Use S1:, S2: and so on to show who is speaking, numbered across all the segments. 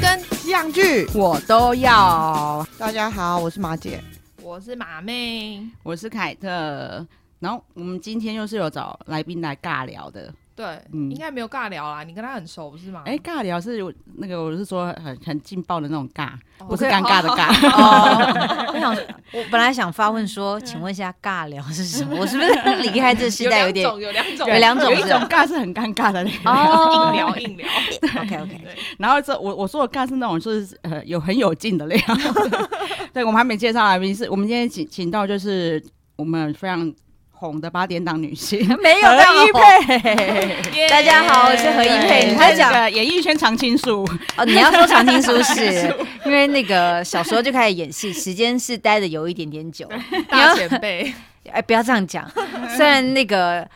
S1: 跟
S2: 西洋剧。
S1: 我都要。
S2: 大家好，我是马姐。
S1: 我是马妹，
S3: 我是凯特。然后我们今天又是有找来宾来尬聊的，
S1: 对，
S3: 嗯
S1: 应该没有尬聊啦，你跟他很熟不是吗？
S3: 哎、尬聊是有那个我是说很很劲爆的那种尬，
S1: 哦
S3: 不是尴尬的尬。
S4: 哦， 我想，我本来想发问说，请问一下尬聊是什么？我是不是离开这时代有点
S1: 有两哦种，有两种，
S4: 有两种
S3: 有一
S4: 是
S3: 种
S4: 吧
S3: 尬是很尴尬的那个，
S1: 硬
S4: 哦
S1: 聊硬聊。
S4: OK OK，
S1: 对，
S3: 然后这我我说的尬是那种就是呃有很有劲的那样。 对，我们还没介绍来宾，是我们今天请请到就是我们非常红的八点档女星
S4: 没有
S3: 何一
S4: 到
S3: 佩，
S1: 耶
S4: 大家
S1: 哦
S4: 好我是何一佩
S3: 对
S4: 你还讲
S3: 她是个演艺圈常青树，
S4: 哦，你要说常青书 是，因为那个小时候就开始演戏，时间是待的有一点点久。
S1: 大前辈，
S4: 哎，不要这样讲，虽然那个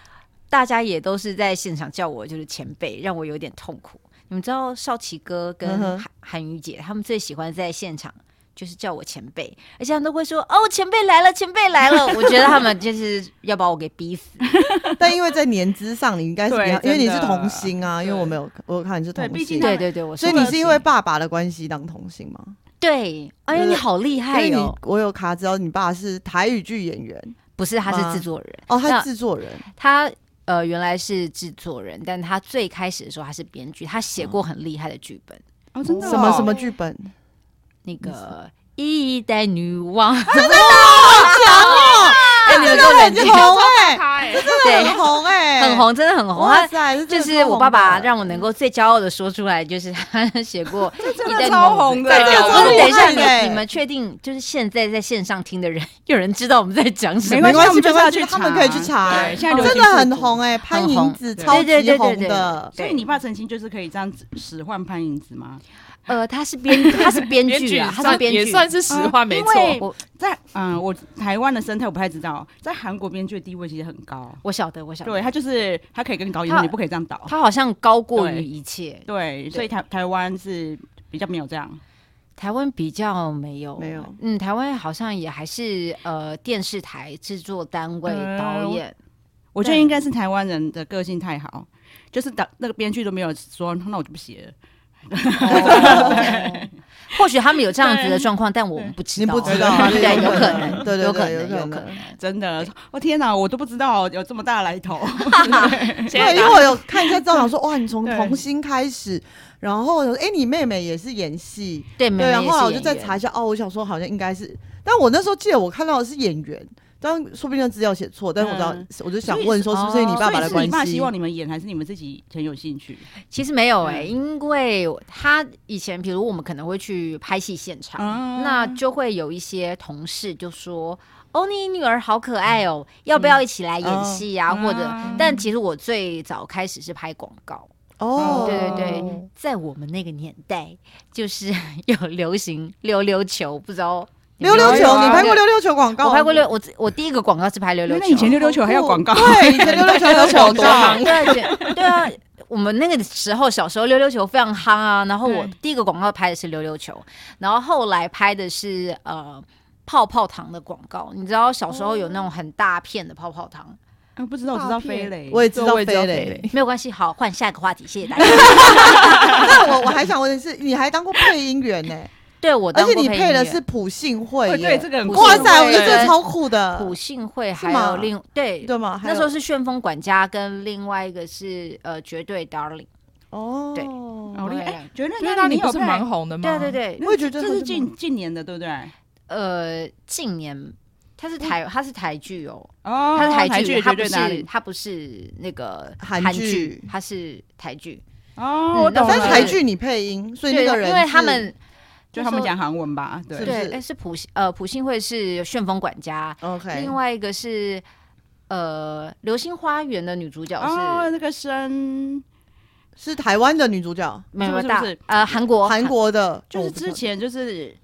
S4: 大家也都是在现场叫我就是前辈，让我有点痛苦。你们知道少奇哥跟
S2: 嗯哼
S4: 韩韩瑜姐他们最喜欢在现场。就是叫我前辈，而且他们都会说哦，前辈来了，前辈来了。我觉得他们就是要把我给逼死。
S2: 但因为在年资上，你应该是比较，因
S3: 对
S2: 为你是
S3: 真的
S2: 童星啊，因为
S3: 对
S2: 我没有，我有看你是童
S3: 对毕
S2: 星
S3: 竟，
S4: 对对对，我
S2: 所以你是因为爸爸的关系当童星吗？
S4: 对，哎呀，
S2: 对
S4: 你好厉
S2: 因
S4: 害
S2: 为你
S4: 哦！
S2: 我有卡知道你爸是台语剧演员
S4: 不是，他
S2: 妈
S4: 是制作人，
S2: 哦，他
S4: 那
S2: 是制作人，
S4: 他呃原来是制作人，但他最开始的时候他是编剧，他写
S2: 嗯
S4: 过很厉害的剧本，
S3: 哦，真的、哦、
S2: 什么什么剧本？
S4: 那
S2: 嗯
S4: 个。一代女王，
S2: 哎，你们都很红哎，
S1: 他哎，
S4: 对，
S2: 很红哎，
S4: 很，红，真的很红。
S2: 哇
S4: 他
S2: 塞，这真
S4: 就
S2: 的
S4: 是
S2: 超
S4: 我
S2: 红
S4: 爸爸
S2: 的
S4: 让我能够最骄傲的说出来，就是 他写过
S3: 真
S4: 一代
S3: 的
S4: 女
S3: 超
S4: 王
S3: 红的，
S2: 对这个
S4: 不
S2: 超
S4: 是，
S2: 厉
S4: 等一下，
S2: 害的
S4: 你你们确定就是现在在线上听的人， 有人知道我们在讲什
S3: 没
S4: 么
S3: 关？
S2: 没关系，
S3: 系
S2: 没
S3: 我们
S2: 关
S3: 就是
S2: 系，
S3: 要去
S2: 他们可以去
S3: 查
S2: 查，哦
S3: 对现在流
S2: 真
S3: 行
S2: 的很
S3: 复古
S2: 红哎，潘
S4: 很
S2: 迎
S4: 红
S2: 紫
S3: 对
S2: 超
S4: 对对
S2: 级
S4: 对对
S2: 红
S4: 对
S2: 的，
S3: 所以你爸曾经就是可以这样子使唤潘迎紫吗？
S4: 呃，他是编，他是编剧啊，他是
S1: 算
S4: 编
S1: 也
S4: 剧。啊
S1: 算是实话，没错。
S3: 因为
S4: 我
S3: 在嗯、我台湾的生态我不太知道，在韩国编剧的地位其实很高。
S4: 我晓得，我晓得。
S3: 对他就是他可以跟你搞
S4: 他
S3: 演，你不可以这样倒。
S4: 他好像高过于
S3: 对
S4: 一切。
S3: 对，所以台台湾是比较没有这样。
S4: 台湾比较没有，
S2: 没有
S4: 嗯，台湾好像也还是呃电视台制作单位、
S3: 嗯
S4: 导演，
S3: 我觉得应该是台湾人的个性太好，就是导那个编剧都没有说，那我就不写了。
S4: 哦 或许他们有这样子的状况，但我们不知
S2: 你
S4: 道，
S2: 不知道，
S4: 对，有可能，
S2: 对对对，
S4: 有可
S2: 有
S4: 能，有可
S2: 能。
S4: 能。
S3: 真的，我、天哪，我都不知道有这么大的来头。
S1: 现在
S2: 对，因
S1: 大
S2: 为我有看一下照，想说哇，你从
S3: 对
S2: 童星开 始，然后哎、诶你妹妹也是演戏，
S4: 对，妹
S2: 对，
S4: 妹
S2: 然后后来我就
S4: 也是
S2: 再
S4: 演员
S2: 查一下，哦，我想说好像应该是，但我那时候记得我看到的是演员，但说不定资料写错，但是我知道，
S3: 嗯
S2: 我就想问说是不是你爸爸
S3: 所以
S2: 的
S3: 是
S2: 关
S4: 哦
S3: 你爸
S2: 系
S3: 希？望你们演，还是你们自己很有兴趣？
S4: 其实没有哎、
S3: 嗯
S4: 因为他以前，比如我们可能会去拍戏现场，
S3: 嗯
S4: 那就会有一些同事就说：“哦，你女儿好可爱哦，
S2: 嗯
S4: 要不要一起来演戏呀、
S3: 嗯
S4: 或者，
S3: 嗯
S4: 但其实我最早开始是拍广告，
S2: 哦，
S4: 对对对，在我们那个年代，就是有流行溜溜球，不知道你
S2: 溜
S4: 们
S2: 溜
S4: 有没有
S2: 球，你拍过
S4: 对
S2: 溜溜球广告？
S4: 我拍过溜，，我自我第一个广告是拍溜溜
S3: 因
S4: 球，
S3: 为以前溜溜球还要广告，
S2: 对，以前溜溜球还有广
S1: 多行
S2: 告，
S4: 对对对啊！我们那个时候小时候溜溜球非常夯啊，然后我
S3: 对
S4: 第一个广告拍的是溜溜球，然后后来拍的是呃泡泡糖的广告。你知道小时候有那种很大片的泡泡糖，
S3: 啊不知哦道我知道飞雷，
S2: 我也知道
S1: 我也知道
S2: 飞
S1: 飞
S2: 雷
S1: 雷。
S4: 没有关系，好换下一个话题，谢谢大家。
S2: 但 我我还想问的是，你还当过配音员呢、
S4: 对我
S2: 而
S4: 当
S2: 且
S4: 过
S2: 你
S4: 配
S2: 配
S4: 音
S2: 的
S4: 员
S2: 是普信会耶，
S3: 对对这个很
S4: 不
S3: 酷
S4: 是
S2: 哇
S4: 我
S2: 塞，我觉得这
S4: 对
S2: 个超酷的，
S4: 普信会
S2: 是
S4: 还
S2: 吗
S4: 有另对。
S2: 对吗？还
S4: 那时
S2: 有
S4: 候是旋风管家跟另外一个是呃绝对 darling，
S2: 哦，
S4: 对
S3: 好厉害！哎觉得
S1: 因啊为那你
S3: 有
S1: 不是
S3: 配
S1: 蛮红的吗？
S4: 对 对对，
S2: 我也觉得
S3: 这
S2: 好
S3: 是
S2: 像
S3: 近近年的，对不对？
S4: 呃近年它是台它是台剧哦，
S3: 嗯哦
S4: 它是台
S3: 台
S4: 剧，
S3: 剧
S4: 它
S3: 绝
S4: 不
S3: 对哪
S4: 是
S3: 里？
S4: 它不是那个
S2: 韩剧
S4: 剧，它是台剧。
S3: 哦，我
S4: 嗯
S3: 懂了。
S2: 但是台剧你配音，所以那
S4: 对，
S2: 个人
S4: 因为他
S2: 是
S4: 们
S3: 就他们讲韩文吧，对
S2: 是不
S4: 对，哎是普信呃普信会是旋风管家，
S2: OK，
S4: 另外一个是呃流星花园的女主角
S3: 哦，
S4: 是
S3: 那个声
S2: 是台湾的女主角，
S4: 没有
S3: 是不是
S4: 大
S3: 不是
S4: 呃韩国
S2: 韩国的，
S3: 就是
S2: 哦
S3: 之前就是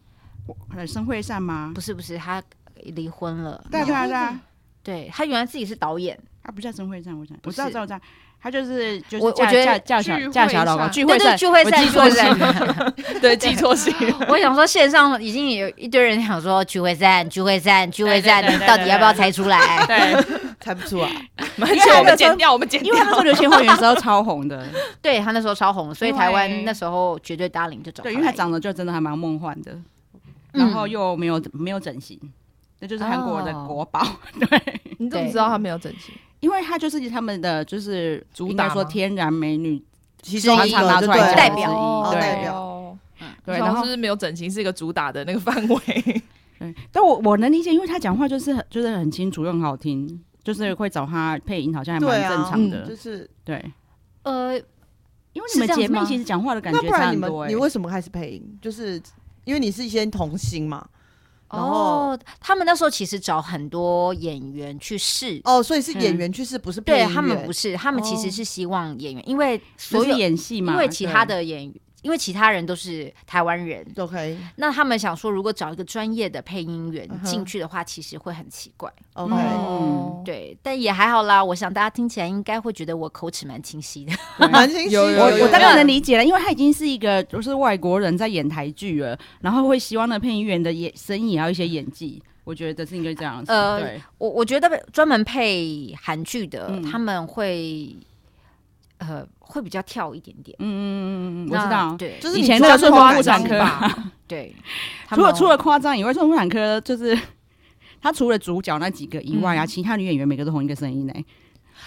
S3: 呃申惠善吗？
S4: 不是不是她离婚了，
S3: 对啊对啊对啊，
S4: 对她原来自己是导演，
S3: 他不叫申惠善，我想我
S4: 不
S3: 知道
S4: 是
S3: 知道知道，他就是就是
S4: 我我
S3: 嫁
S4: 觉得
S3: 嫁嫁
S1: 聚
S3: 小
S1: 会
S3: 嫁小老公
S1: 上
S3: 聚
S4: 对
S3: 会
S4: 对
S3: 散
S4: 聚会
S3: 我
S4: 散
S3: 记
S4: 聚
S3: 错
S4: 会
S3: 了
S4: 散。
S1: 对，记错戏。
S4: 我想说，线上已经有一堆人想说聚会站、聚会站、聚会站，
S3: 对对
S4: 你
S3: 对
S4: 到底要不要猜出来？
S3: 对，
S2: 不 是猜不出来，
S1: 蛮
S3: 因为
S1: 久，
S3: 他
S1: 我
S3: 那时候
S1: 们剪掉，我们剪
S3: 因
S1: 掉
S3: 为。他做流星花园的时候超红的，
S4: 对他那时候超红，所以台
S1: 对
S4: 湾那时候绝对 darling 就找
S3: 对，
S4: 来
S3: 因为他长得就真的还蛮梦幻的，
S4: 嗯
S3: 然后又没有没有整形，那就是韩国的国宝。对，
S1: 你怎么知道他没有整形？
S3: 因为他就是他们的就是
S1: 主
S3: 应
S1: 打
S3: 该说
S1: 吗
S3: 天然美女，
S2: 其
S4: 中一个
S3: 常拿出
S2: 就对
S3: 来讲
S2: 了
S4: 代表
S1: 哦
S2: 哦
S3: 对
S2: 代表
S3: 对，
S1: 我想
S3: 然后
S1: 是不是没有整形是一个主打的那个范围？
S3: 对，但我我能理解，因为他讲话就是很就是很清楚又很好听，就是会找他配音，好像还蛮
S2: 对啊
S3: 正
S2: 就
S3: 常的。
S2: 是
S3: 对，
S4: 呃，
S3: 因为你们
S4: 是这样
S3: 姐
S4: 子吗
S3: 妹其实讲话的感
S2: 那
S3: 觉
S2: 不
S3: 差
S2: 然你
S3: 很
S2: 们
S3: 多哎
S2: 你。为什么开始配音？就是因为你是先童星嘛，然后
S4: 哦，他们那时候其实找很多演员去试，
S2: 哦，所以是演员去世，不是配
S4: 嗯对
S2: 音
S4: 他们
S2: 员
S4: 不是，他们其实
S2: 哦
S4: 是希望演员，因为
S3: 所
S4: 所
S3: 以
S4: 有
S3: 演戏嘛，
S4: 因为其他
S3: 对
S4: 的演员，因为其他人都是台湾人，
S2: OK
S4: 那他们想说，如果找一个专业的配音员
S2: 嗯哼
S4: 进去的话，其实会很奇怪。
S2: OK，、
S3: 哦
S4: 对，但也还好啦。我想大家听起来应该会觉得我口齿蛮清晰的。
S3: 对
S2: 蛮清晰的。
S1: 有有
S3: 我
S1: 有
S3: 我大
S1: 当然
S3: 概能理解了，因为他已经是一个就是外国人在演台剧了，然后会希望那配音员的演声音也要一些演技，我觉得是应该这样子。
S4: 呃
S3: 对，
S4: 我我觉得专门配韩剧的，
S3: 嗯
S4: 他们会呃会比较跳一点点。
S3: 嗯嗯嗯嗯，我
S4: 那
S3: 知道。
S4: 对，
S2: 就是
S3: 以
S2: 你
S3: 前那
S2: 抓
S3: 个是
S2: 那种
S3: 花
S2: 感
S3: 木
S2: 觉
S3: 兰科，
S4: 吧？对，他
S3: 除
S4: 们
S3: 了除了夸张以外，说妇产科就是他除了主角那几个以外啊，其他女演员每个都同一个声音呢。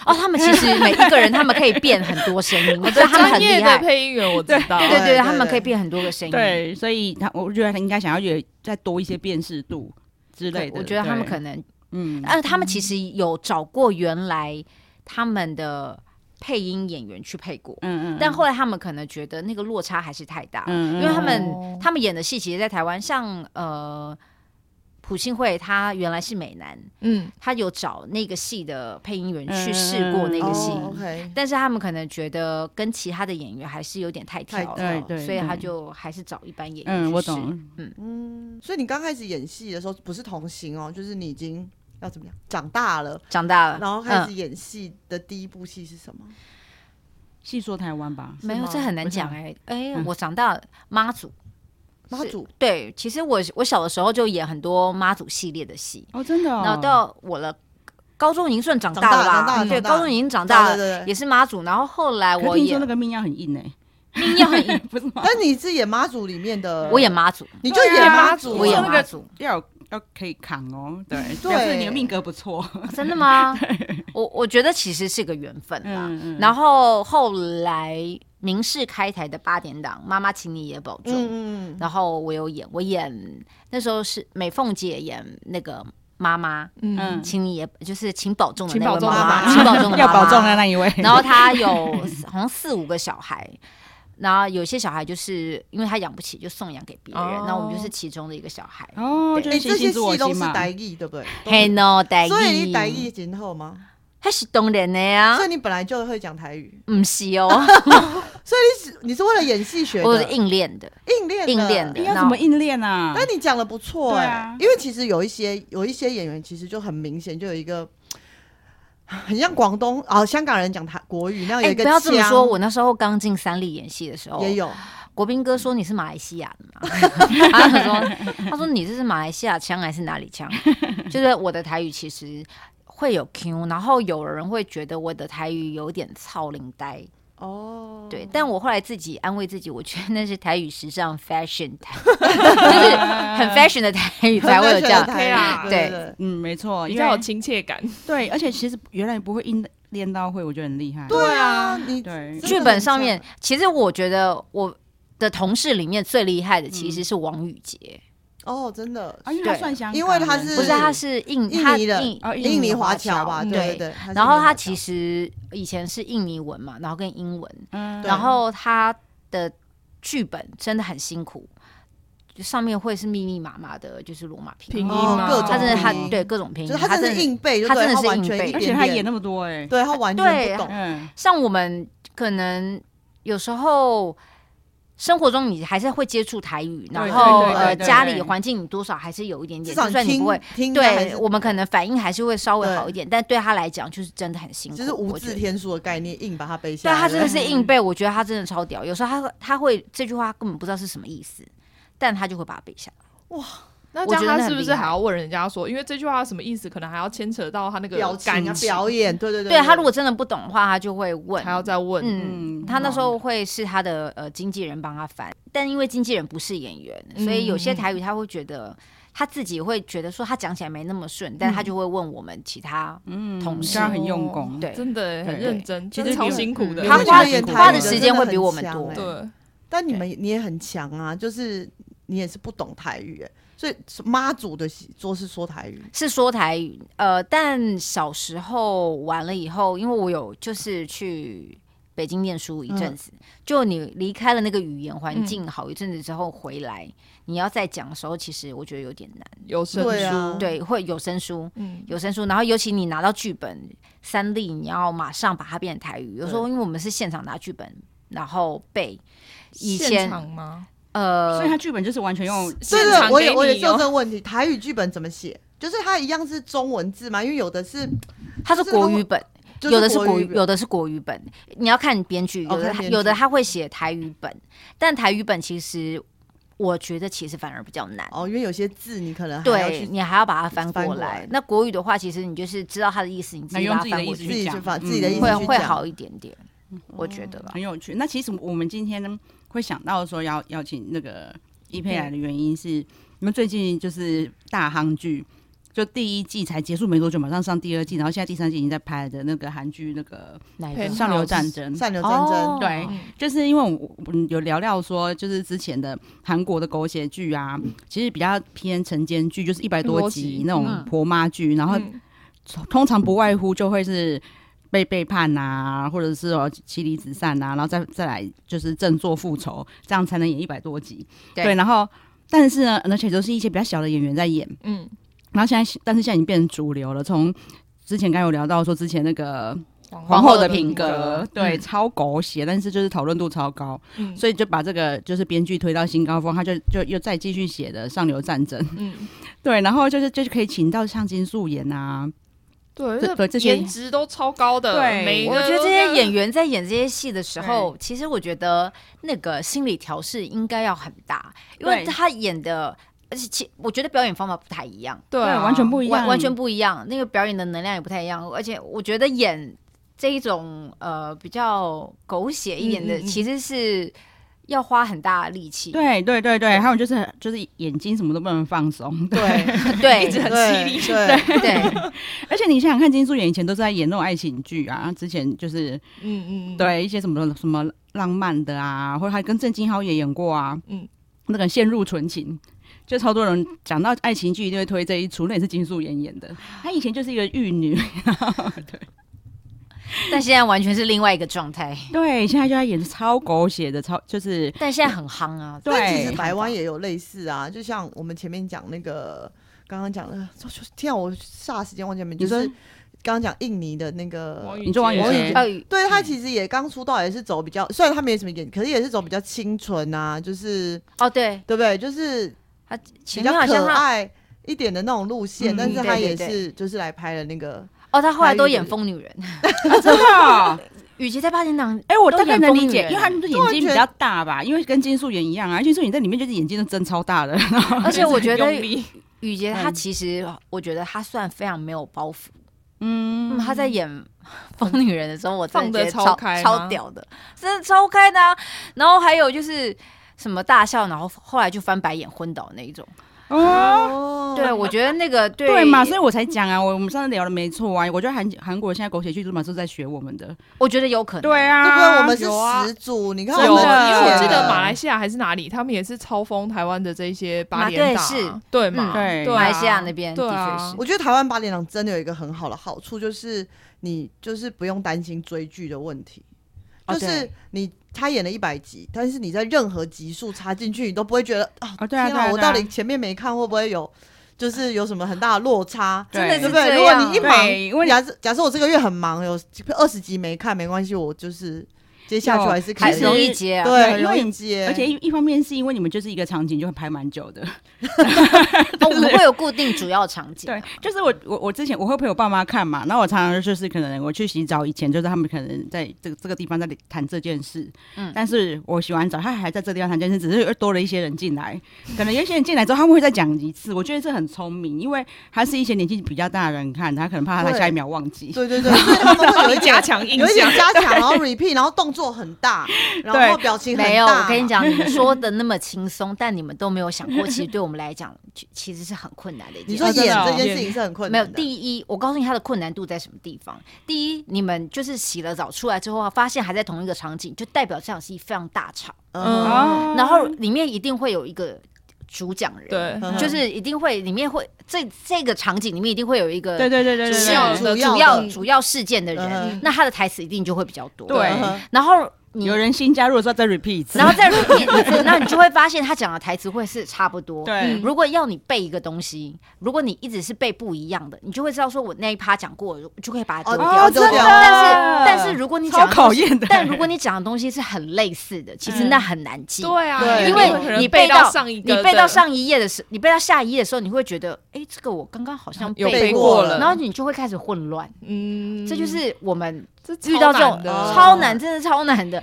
S4: 哦，他们其实每一个人他们可以变很多声音，我觉得他们
S1: 专
S4: 很
S1: 业
S4: 厉
S1: 的
S4: 害。
S1: 配音员我知道，
S4: 对对
S2: 对
S4: 对，他们
S2: 对
S4: 可以变很多个声音。
S3: 对，所以他我觉得他应该想要有再多一些辨识度之类的。
S4: 我觉得他们
S3: 对
S4: 可能，
S3: 嗯
S4: 呃，他们其实有找过原来他们的配音演员去配过，
S3: 嗯嗯，
S4: 但后来他们可能觉得那个落差还是太大，
S3: 嗯
S4: 因为他们、
S1: 哦
S4: 他们演的戏其实，在台湾像呃。朴信惠她原来是美男，
S1: 嗯，
S4: 她有找那个戏的配音员去
S3: 嗯
S4: 试过那
S2: 哦
S4: 个戏，
S2: OK，
S4: 但是他们可能觉他们可能觉得跟其他的演员还是有点太
S2: 太
S4: 跳
S2: 跳
S4: 了，
S3: 对对，
S4: 所以他
S3: 对
S4: 就还是找一般演员去
S3: 嗯，我
S4: 试
S3: 懂。
S2: 嗯，所以你刚开始演戏的时候不是童星哦，就是你已经要怎么样长大了，
S4: 长大了，
S2: 然后开始
S4: 嗯、
S2: 演戏的第一部戏是什么？
S3: 细说台湾吧，
S4: 没有，
S2: 吗
S4: 这很难
S3: 不是
S4: 讲
S3: 啊
S4: 哎、哎、
S3: 嗯
S4: 我长大了，妈祖。
S2: 妈祖
S4: 对，其实我我小的时候就演很多妈祖系列的戏，
S3: 哦，真的、哦，
S4: 然后到我了高中已经算长
S2: 长
S4: 大
S2: 大
S4: 啦，
S2: 长大了
S4: 对，
S2: 长大了
S4: 高中已经长大了，
S2: 对对对。
S4: 也是妈祖。然后后来
S3: 可
S4: 我
S3: 是听说
S4: 演
S3: 那个命要很硬哎、
S4: 命 要很硬，
S3: 不是吗？
S2: 但你是演妈祖里面的，
S4: 我演，妈祖，
S2: 你就演妈祖啊，
S4: 我演
S3: 那
S4: 妈
S3: 个
S4: 祖，
S3: 要有要可以扛哦，对，
S2: 对
S3: 表示你的命格不错，
S4: 真的吗？我我觉得其实是个缘分啦。
S3: 嗯嗯
S4: 然后后来明视开台的八点档，妈妈请你也保重，
S2: 嗯嗯嗯，
S4: 然后我有演，我演那时候是美凤姐演那个妈妈，
S3: 嗯
S4: 请你也就是请保重的
S1: 请
S4: 那
S1: 保
S4: 位
S1: 重妈
S4: 妈
S1: 妈
S4: 妈，请保重的
S3: 要
S4: 妈妈
S3: 保重的那一位，
S4: 然后她有好像四五个小孩，然后有些小孩就是因为她养不起，就送养给别人，
S1: 哦
S4: 那、我们就是其中的一个小孩。
S3: 哦，就
S2: 哎，
S3: 是
S2: 这
S3: 星
S2: 些
S3: 星
S2: 戏
S3: 我
S2: 都
S3: 心
S2: 是
S3: 嘛，
S2: 台语，对不对？
S4: 嘿 no，台
S2: 所以
S4: 语
S2: 你台语今后吗？
S4: 还是当然的呀
S2: 所，以你本来就会讲台语，
S4: 不是哦，
S2: 你是为了演戏学
S4: 我是
S2: 的，
S4: 硬练的，
S2: 硬练
S4: 硬练的
S3: 要怎么硬练 啊？
S2: 但你讲的不错哎、
S3: 对啊
S2: 因为其实有一些有一些演员其实就很明显就有一个很像广东啊、香港人讲台国语那样
S4: 哎、
S2: 有一个
S4: 不要这么
S2: 腔
S4: 说，我那时候刚进三立演戏的时候，
S2: 也有
S4: 国斌哥说你是马来西亚的 嘛？他说他说你这是马来西亚腔还是哪里腔？ 就是我的台语其实会有 Q，然后有人会觉得我的台语有点操龄呆，
S2: 哦，
S4: 对。但我后来自己安慰自己，我觉得那是台语时尚 fashion，就是
S2: 嗯
S4: 很 fashion 的台语才会有这 样。
S2: 台
S1: 对啊
S2: 语对
S4: 对
S2: 对
S3: 嗯，没错，
S1: 比
S3: 因
S1: 较有
S3: 为
S1: 亲切感。
S3: 对，而且其实原来不会硬练到会，我觉得很厉害，
S2: 对对啊，你
S3: 对
S2: 真的
S4: 剧本上
S2: 很像
S4: 面，其实我觉得我的同事里面最厉害的其
S2: 嗯
S4: 实是王宇杰，
S2: 哦，真的，
S3: 啊，因为他
S4: 对
S3: 算香港人，
S2: 因为他是
S4: 不是他是印
S2: 印
S4: 他
S2: 尼的
S4: 印
S3: 哦
S2: 印尼华侨
S4: 侨
S2: 吧，
S4: 嗯
S2: 对对对。是
S4: 然后
S2: 印尼华
S4: 他
S2: 侨
S4: 其实以前是印尼文嘛，然后跟英文，
S3: 嗯，
S2: 对
S4: 然后他的剧本真的很辛苦，就上面会是密密麻麻的，就是罗马拼
S1: 拼音
S2: 哦
S1: 嘛
S2: 各种
S4: 他真的他
S2: 拼音
S4: 对各种拼
S2: 就
S4: 音，
S2: 是他真
S4: 真
S2: 的
S4: 的
S2: 是硬背，就
S4: 他
S2: 对
S4: 真的是
S2: 完
S4: 硬
S2: 全
S4: 背
S2: 一
S3: 而且
S2: 点
S3: 他
S2: 点
S3: 演那么多哎、
S2: 对他完
S4: 对
S2: 全不懂，
S3: 嗯，
S4: 像我们可能有时候。生活中你还是会接触台语，然
S3: 对
S4: 后
S2: 对对
S4: 呃
S3: 对
S4: 家
S3: 对
S4: 里环境你多少还是有一点
S2: 至
S4: 点，
S2: 少
S4: 就算你
S2: 听
S4: 不会，
S2: 听他还
S4: 对
S2: 是
S4: 我们可能反应还是会稍微
S2: 对
S4: 好一点，但对他来讲就是真的很辛苦，
S2: 就是无
S4: 我觉
S2: 字
S4: 得
S2: 天书的概念，硬把它背下
S4: 对
S2: 来。
S4: 他真的是硬背，我觉得他真的超屌。有时候他会他会这句话他根本不知道是什么意思，但他就会把它背下来。
S1: 那这
S4: 我
S1: 样
S4: 觉
S1: 他
S4: 得那
S1: 是不
S4: 很
S1: 是
S4: 厉害
S1: 还要问人家说，因为这句话什么意思？可能还要牵扯到他那个
S2: 表
S1: 感
S2: 情啊、表演，对对对
S4: 对他如果真的不懂的话，他就会问
S1: 还。要再问。
S4: 嗯，他那时候会是他的呃经纪人帮他翻，但因为经纪人不是演员，所以有些台语他会觉得。他自己会觉得说他讲起来没那么顺，但他就会问我们其他，
S3: 嗯
S4: 同事
S3: 这样很用功，
S4: 对
S1: 真的很
S3: 对
S1: 认真，
S3: 其
S1: 真的
S3: 实
S1: 超
S3: 有
S1: 辛苦的。
S4: 嗯
S2: 他
S4: 他
S2: 花
S4: 花
S2: 演
S4: 花
S2: 台语
S4: 的时间会比我们
S2: 真的很
S4: 多
S2: 强欸
S1: 对，
S2: 但你们你也很强啊，就是你也是不懂台语、欸，所以妈祖的习桌是说台语，
S4: 是说台语，呃，但小时候完了以后，因为我有就是去北京念书一阵子，就你离开了那个语言环境好一阵子之后回来，你要再讲的时候，其实我觉得有点难，
S1: 有声
S2: 对啊
S1: 书，
S4: 对，会有声书，
S1: 嗯，
S4: 有声书，然后尤其你拿到剧本三例，你要马上把它变成台语。有时候因为我们是现场拿剧本，然后背以
S1: 现
S4: 前
S1: 场吗？
S4: 呃
S3: 所以，他剧本就是完全用
S2: 对
S1: 现
S2: 对，
S1: 场
S2: 我也
S1: 给
S2: 我也
S1: 你
S2: 是有
S1: 哦
S2: 这个问题，台语剧本怎么写？就是它一样是中文字嘛，因为有的是，
S4: 它是国语本，
S2: 就是、
S4: 有的是国
S2: 语
S4: 语，
S2: 本，
S4: 有的是国语本。你要看编剧，
S2: 哦
S4: 有的
S2: 看编剧
S4: 有的他会写台语本，但台语本其实我觉得其实反而比较难。
S2: 哦，因为有些字你可能还要
S4: 对
S2: 去
S4: 你还要把它翻
S2: 翻
S4: 过
S2: 过来
S4: 来。那国语的话，其实你就是知道它的意思，你自
S3: 那
S4: 己嗯
S3: 用
S4: 把
S3: 自
S4: 它
S3: 己的
S4: 翻
S3: 意
S4: 过
S3: 思
S4: 去，
S2: 自己
S3: 去
S2: 去翻
S3: 讲，
S2: 自己的意思
S4: 会
S2: 去
S4: 会
S2: 讲嗯哦
S4: 好一点点，我觉得啦。
S3: 很有趣。那其实我们今天呢会想到说邀邀请那个伊佩来的原因是，你们最近就是大夯剧，就第一季才结束没多久，马上上第二季，然后现在第三季已经在拍的那个韩剧那个
S4: 哪一
S1: 配
S3: 《
S4: 个
S1: 合
S3: 上流战争》。
S2: 善流战争，
S4: 哦
S3: 对，就是因为我我们有聊到说，就是之前的韩国的狗血剧啊，其实比较偏晨间剧，就是一百多
S1: 多
S3: 集
S1: 集
S3: 那种
S4: 嗯
S3: 婆妈剧，然后
S1: 嗯
S3: 通常不外乎就会是被背叛啊，或者是哦妻离子散啊，然后再再来就是振作复仇，这样才能演一百多集。
S4: 对
S3: 然后但是呢，而且都是一些比较小的演员在演，
S1: 嗯，
S3: 然后现在但是现在已经变成主流了，从。之前刚有聊到说，之前那个
S1: 皇
S3: 皇后
S1: 后
S3: 的
S1: 品
S3: 品格，对，超狗血，但是就是讨论度超高，
S1: 嗯
S3: 所以就把这个就是编剧推到新高峰，他就就又再继续写的《上流战争》，
S1: 嗯，
S3: 对，然后就是就是可以请到像金素妍啊，
S1: 对，
S3: 对
S1: 那
S3: 对这些
S1: 颜值都超高的，
S3: 对
S1: 每一
S4: 我
S1: 个
S4: 觉得
S1: 都
S4: 这些
S1: 样
S4: 演员在演这些戏的时候，其实我觉得那个心理调试应该要很大，因为
S3: 对
S4: 他演的，而且其我觉得表演方法不太一样，
S1: 对啊，
S3: 完全不一样，
S4: 完完全不一样，那个表演的能量也不太一样，而且我觉得演这一种呃比较狗血一点的，
S1: 嗯嗯嗯
S4: 其实是要花很大的力气，
S3: 对对对对，还有就是就是眼睛什么都不能放
S1: 嗯
S3: 松，
S1: 啊
S2: 对
S4: 对
S1: 一直很
S2: 对
S1: 犀利，
S2: 对，
S4: 对，
S3: 而且你想想看，金素妍以前都是在演那种爱情剧啊，之前就是
S1: 嗯嗯，嗯，
S3: 对一些什么什么浪漫的啊，或者还跟郑敬浩也演过啊，嗯
S1: 嗯，
S3: 那个陷入纯情。就超多人讲到爱情剧，一定会推这一出，那也是金素妍演的。她以前就是一个玉女，
S4: 但现在完全是另外一个状态，
S3: 对，现在就在演超狗血的，超就是
S4: 但现在很夯啊，
S3: 对
S2: 但其实台湾也有类似啊，就像我们前面讲那个，刚刚讲的，天啊，我霎时间忘记名，就
S3: 你说
S2: 是刚刚讲印尼的那个
S1: 王宇
S3: 你说王宇
S1: 杰
S2: 王宇
S3: 杰
S2: 杰
S4: 呃，
S2: 对他其实也刚出道，也是走比较，虽然他没什么演，可是也是走比较清纯啊，就是
S4: 哦对，
S2: 对不对？就是
S4: 他
S2: 比
S4: 前
S2: 较
S4: 面好像
S2: 可
S4: 他
S2: 爱一点的那种路线，
S3: 嗯
S2: 但是他也
S4: 对
S2: 是就是来拍了那个，
S4: 哦，他后来都演
S2: 台语
S4: 疯女人。
S3: 真的哦、
S4: 与其在八点档，
S3: 哎、我大概能理
S4: 都
S3: 解，
S4: 演疯女人
S3: 因为她们的眼睛比较大吧，因为跟金素妍一样啊，金素妍在里面就是眼睛都睁超大的，
S4: 而且我觉得
S1: 用力
S4: 雨杰她
S3: 嗯
S4: 其实，我觉得她算非常没有包袱。
S3: 嗯
S4: 嗯，她在演疯女人的时候，我真
S1: 放
S4: 的
S1: 得
S4: 觉得
S1: 超
S4: 超
S1: 开吗
S4: 超屌的，真的超开的啊、然后还有就是什么大笑，然后后来就翻白眼昏倒那一种。
S3: 哦，
S2: 哦
S4: 对，我觉得那个对
S3: 对嘛，所以我才讲啊，我我们上次聊的没错啊，我觉得韩韩国现在狗血剧都嘛是在学我们的，
S4: 我觉得有可能。
S3: 对
S2: 会不
S3: 啊，
S2: 会我们是
S1: 有啊
S2: 始祖？你看
S1: 有，因为
S2: 我们啊
S3: 真的
S1: 我记
S2: 以前
S1: 得马来西亚还是哪里，他们也是超疯台湾的这些八
S4: 马
S1: 点
S4: 对
S1: 档
S4: 是
S1: 啊，对
S4: 嗯
S1: 嘛？
S3: 对
S1: 对啊
S4: 马来西亚那边的
S1: 对
S4: 确
S1: 啊
S4: 是。
S2: 我觉得台湾八点档真的有一个很好的好处，就是你就是不用担心追剧的问题，
S4: 哦
S2: 就是
S4: 对
S2: 你他演了一百集，但是你在任何集数插进去，你都不会觉得啊，
S3: 哦对啊
S2: 天
S3: 对啊
S2: 我
S3: 对啊
S2: 到底前面没看会不会有，就是有什么很大的落差？
S3: 对啊
S4: 真
S2: 对
S4: 的是
S2: 不
S4: 这
S2: 对？
S4: 样。
S2: 如果你一忙，
S3: 对因为
S2: 假设假设我这个月很忙，有二十集没看没关系，我就是接下去还是可
S4: 还
S2: 以
S4: 容易接啊。
S2: 对，
S3: 对
S2: 很容
S3: 因
S2: 易
S3: 为
S2: 接，
S3: 而且一一方面是因为你们就是一个场景就会拍蛮久的，
S4: 哦，我们会有固定主要场景
S3: 对
S4: 啊。，
S3: 就是我我我之前我会陪我爸妈看嘛，然后我常常就是可能我去洗澡以前，就是他们可能在这个这个地方在谈这件事，
S4: 嗯
S3: 但是我洗完澡，他还在这个地方谈这件事，只是又多了一些人进来，可能有一些人进来之后，他们会再讲一次，我觉得这很聪明，因为他是一些年纪比较大的人看，他可能怕他
S2: 对
S3: 下一秒忘记，
S2: 对对对，所以他 们会有一点
S1: 加强印
S2: 有一点
S1: 象。
S2: 加强，然后 repeat，然后动作很大，然后表情很大。
S4: 没有，我跟你，讲，你们说的那么轻松，但你们都没有想过，其实对我们来讲，其其实是很困难的一
S2: 你
S4: 件事。
S2: 说
S3: 哦真
S2: 演
S3: 的哦
S2: 这件事情是很困
S4: 没有，
S2: 难的。
S4: 第一，我告诉你它的困难度在什么地方。第一，你们就是洗了澡出来之后啊，发现还在同一个场景，就代表这场戏非常大吵，
S2: 嗯，
S3: 哦
S4: 然后里面一定会有一个主讲人，
S1: 对，
S2: 嗯
S4: 就是一定会里面会这这个场景里面一定会有一个
S3: 对对对对对
S4: 是
S3: 对
S2: 要主
S3: 对
S4: 主
S2: 要
S4: 要
S2: 的
S4: 主要事件的人，
S2: 嗯
S4: 那他的台词一定就会比较多。
S3: 对
S2: 嗯
S4: 然后你
S3: 有人新加入的时候再 repeat 一次，
S4: 然后再 repeat 一次，那你就会发现他讲的台词会是差不多。
S3: 对
S4: 如果要你背一个东西，如果你一直是背不一样的，你就会知道说我那一趴讲过了，我就可以把它
S2: 哦
S4: 丢
S2: 哦
S4: 掉。
S2: 真的
S4: 但是但是如果你
S3: 超
S4: 讲的东
S3: 考
S4: 西，
S3: 验的，
S4: 但如果你讲的东西是很类似的，其实
S1: 嗯
S4: 那很难记。
S1: 对啊，
S2: 对
S4: 因
S2: 因为
S4: 为
S1: 你
S4: 你
S1: 背
S4: 到
S1: 上一个，
S4: 你背到，上一页的时，你背到下一页的时候，你会觉得，哎，这个我刚刚好像
S1: 有
S2: 背
S4: 过，
S2: 过
S1: 了
S4: 然后你就会开始混乱。
S1: 嗯，
S4: 这就是我们
S1: 这
S4: 遇到这
S1: 超难
S4: 种
S1: 的
S4: 超难，真的超难的。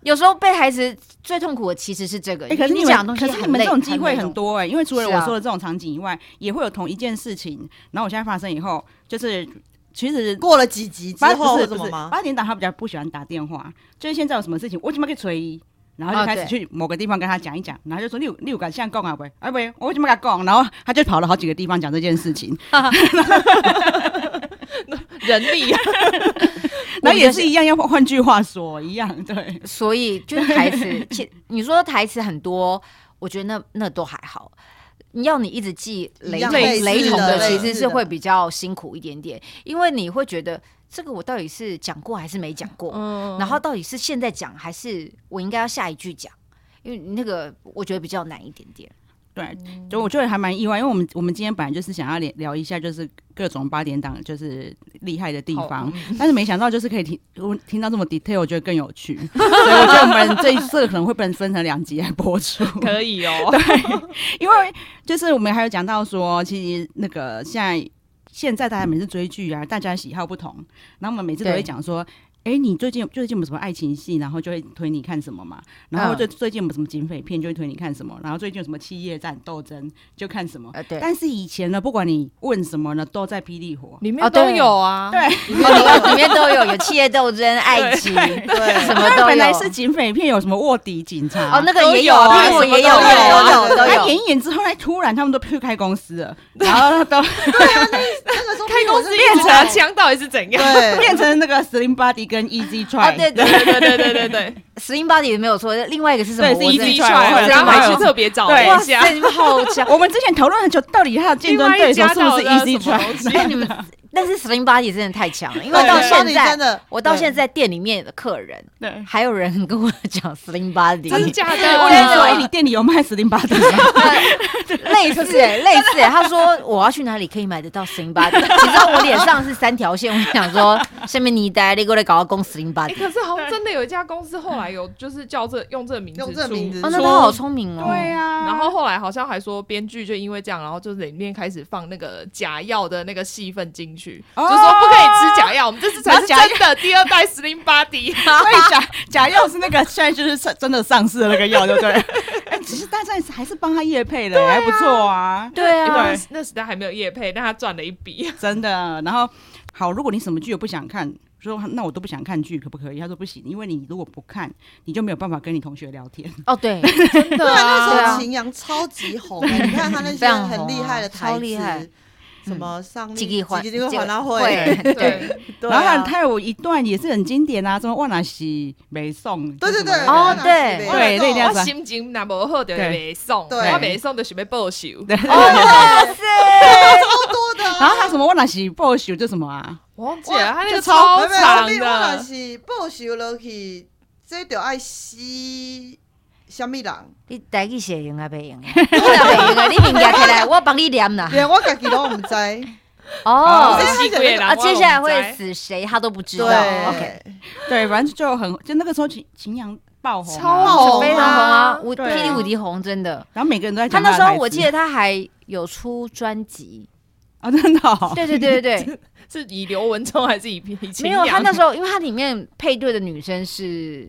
S4: 有时候背台词最痛苦的其实是这个，
S3: 哎、可是
S4: 你
S3: 们
S4: 讲的东西
S3: 可是你
S4: 很
S3: 们
S4: 累，
S3: 这种机会
S4: 累
S3: 很多哎、因为除了
S4: 是啊
S3: 我说的这种场景以外，也会有同一件事情，然后我现在发生以后，就是其实。
S2: 过了几集之
S3: 八
S2: 后
S3: 不是
S2: 怎
S3: 不
S2: 么
S3: 是
S2: 吗？
S3: 八点档他比较不喜欢打电话，就是现在有什么事情，我怎么可以催一，然后
S4: 哦
S3: 就开始去某个地方跟他讲一讲，然后就说你有你有敢这样讲啊喂，啊喂，我怎么敢讲？然后他就跑了好几个地方讲这件事情，
S1: 人力啊，
S3: 然后也是一样，要换换句话说一样，对，
S4: 所以就是台词，其你说台词很多，我觉得那那都还好。你要你一直记雷
S2: 一样
S4: 同
S1: 类似
S4: 雷同
S1: 的
S4: 的，
S1: 类
S4: 其
S2: 似
S4: 实是
S2: 的
S4: 会比较辛苦一点点，因为你会觉得这个我到底是讲过还是没讲过，
S1: 嗯
S4: 然后到底是现在讲还是我应该要下一句讲，因为那个我觉得比较难一点点。
S3: 对，
S4: 嗯
S3: 就我觉得还蛮意外，因为我们我们今天本来就是想要聊聊一下，就是各种八点档就是厉害的地方，但是没想到就是可以听我听到这么 detail，我觉得更有趣， 所以我觉得我们这一这个可能会被分成两集来播出，
S1: 可以哦，
S3: 因为就是我们还有讲到说，其实那个现在现在大家每次追剧啊，大家喜好不同，然后我们每次都
S4: 对
S3: 会讲说。哎，你最近有最近有没有什么爱情戏？然后就会推你看什么嘛。然后
S4: 嗯
S3: 最最近有没有什么警匪片，就会推你看什么。然后最近有什么企业战斗争，就看什么。
S4: 呃，对，
S3: 但是以前呢，不管你问什么呢，都在霹雳火。
S1: 里
S4: 哦
S1: 面都
S4: 对
S1: 有啊，
S3: 对
S4: 哦里面都有有企业斗争、爱情，
S2: 对
S4: 什么都 有。
S3: 本来是警匪片，有什么卧底警察
S4: 哦，那个也有
S1: 都有啊
S4: 啊，我
S1: 什么
S4: 也
S1: 都
S4: 有
S2: 有
S4: 啊，
S2: 都有
S4: 都
S3: 他
S4: 有。
S3: 演一演之后，哎，突然他们都去开公司了，然后都
S2: 那个时候
S1: 开公司
S2: 我是
S1: 练拿枪到底是怎样？
S2: 对，
S3: 变成那个 Slim Body 跟 E Easy
S4: 哦
S3: Try。，
S4: 对对
S1: 对对对对对对，
S4: Slim Body 没有错，另外一个是什么？
S3: 对是
S4: 我
S3: Easy
S4: 真的
S3: Try，
S1: 踹，我刚还去特别找了
S3: 对
S4: 哇
S1: 一下，
S4: 塞，你们好强！
S3: 我们之前讨论很久，到底他的竞
S1: 另
S3: 争
S1: 外
S3: 对
S1: 一
S3: 手
S1: 家
S3: 是 E 不
S1: 到
S3: 是
S1: 底要什
S3: Easy
S1: 么
S3: Try？
S1: 东西？
S4: 哎，你们，但是 Slim Body 真的太 强了，因为
S2: 对
S4: 到
S2: 对
S4: 现
S2: 你真
S4: 在，
S2: 的，
S4: 我到
S2: 对
S4: 现在店里面的客人
S3: 对，
S4: 还有人跟我讲 Slim
S1: 真的
S4: Body，
S1: 假
S3: 我跟你
S1: 的？
S3: 说，哎，你店里有卖 Slim Body 吗？
S4: 类似哎，类似哎，他说我要去哪里可以买得到 Slim Body，你知道我脸上是三条线，我想说下面你带你过来搞个公 Slim
S1: 哎，
S4: Body，
S1: 可是好像真的有一家公司后来有就是叫这用这个名字
S2: 用这个
S1: 出
S2: 名字
S4: 哦，那他好聪明哦，
S1: 啊
S3: 对呀，
S1: 然后后来好像还说编剧就因为这样，然后就是里面开始放那个假药的那个戏份进去，
S3: 哦
S1: 就说不可以吃假药，我们这次才是
S3: 然后假
S1: 真的第二代 Slim Body。
S3: 所以假假药是那个现在就是上真的上市的那个药，对不对？哎，其实大家还是帮他叶配了，还不错啊。
S4: 对
S1: 因为
S4: 啊
S1: 那，那时代还没有叶配，但他赚了一笔。
S3: 真的。然后好，如果你什么剧也不想看，说那我都不想看剧，可不可以？他说不行，因为你如果不看，你就没有办法跟你同学聊天。
S4: 哦对，
S1: 真
S2: 对啊，
S4: 对
S2: 那时
S4: 啊
S2: 候秦阳超级红欸，你看他那
S4: 非
S2: 些
S4: 常
S2: 很
S4: 红
S2: 厉
S4: 啊
S2: 害的台
S4: 超厉害
S2: 词，什么上
S4: 几个环，
S2: 几个
S4: 这
S2: 环
S4: 个
S2: 拉会，
S4: 对，
S2: 对
S3: 然后
S2: 啊
S3: 他他有一段也是很经典啊，什么万哪西北宋，
S2: 对对对，
S3: 就是什么
S4: 哦
S2: 我
S4: 对
S2: 也忘了
S3: 对那一定要
S1: 我心情那么好就没送，
S2: 对
S1: 我没送就准备报仇。
S3: 啊 对对
S4: 哦
S3: 对
S4: 哇塞，
S2: 超多的啊。
S3: 然后还有什么万哪西不朽就什么啊，
S1: 我忘记
S2: 哇
S1: 了，他那个
S2: 就
S1: 超长
S2: 没有我若
S1: 的，
S2: 是报仇落去，这就爱死什么人？
S4: 你台语 写应该袂用啊，你若袂用啊，你物件摕来，我帮你念啦。
S2: 连我家己都唔知。
S1: 哦
S4: 哦
S2: 我
S1: 这
S2: 是，
S1: 西贵啦，
S4: 啊，接下来
S1: 我
S4: 会
S1: 们
S4: 死谁他都不知
S2: 对
S4: 道。OK，
S3: 对，反正就很就那个时候秦秦阳爆红啊，
S2: 超红
S4: 非常红啊，无
S3: 对啊
S4: 霹雳无敌红，真的。
S3: 然后每个人都在
S4: 他
S3: 讲
S4: 那时候
S3: 的
S4: 我
S3: 台
S4: 记
S3: 词
S4: 得他还有出专辑，
S3: 啊，真的哦，
S4: 对对对 对对，
S1: 是以刘文聪还是以以秦
S4: 没有他
S1: 阳
S4: 那时候，因为他里面配对的女 生是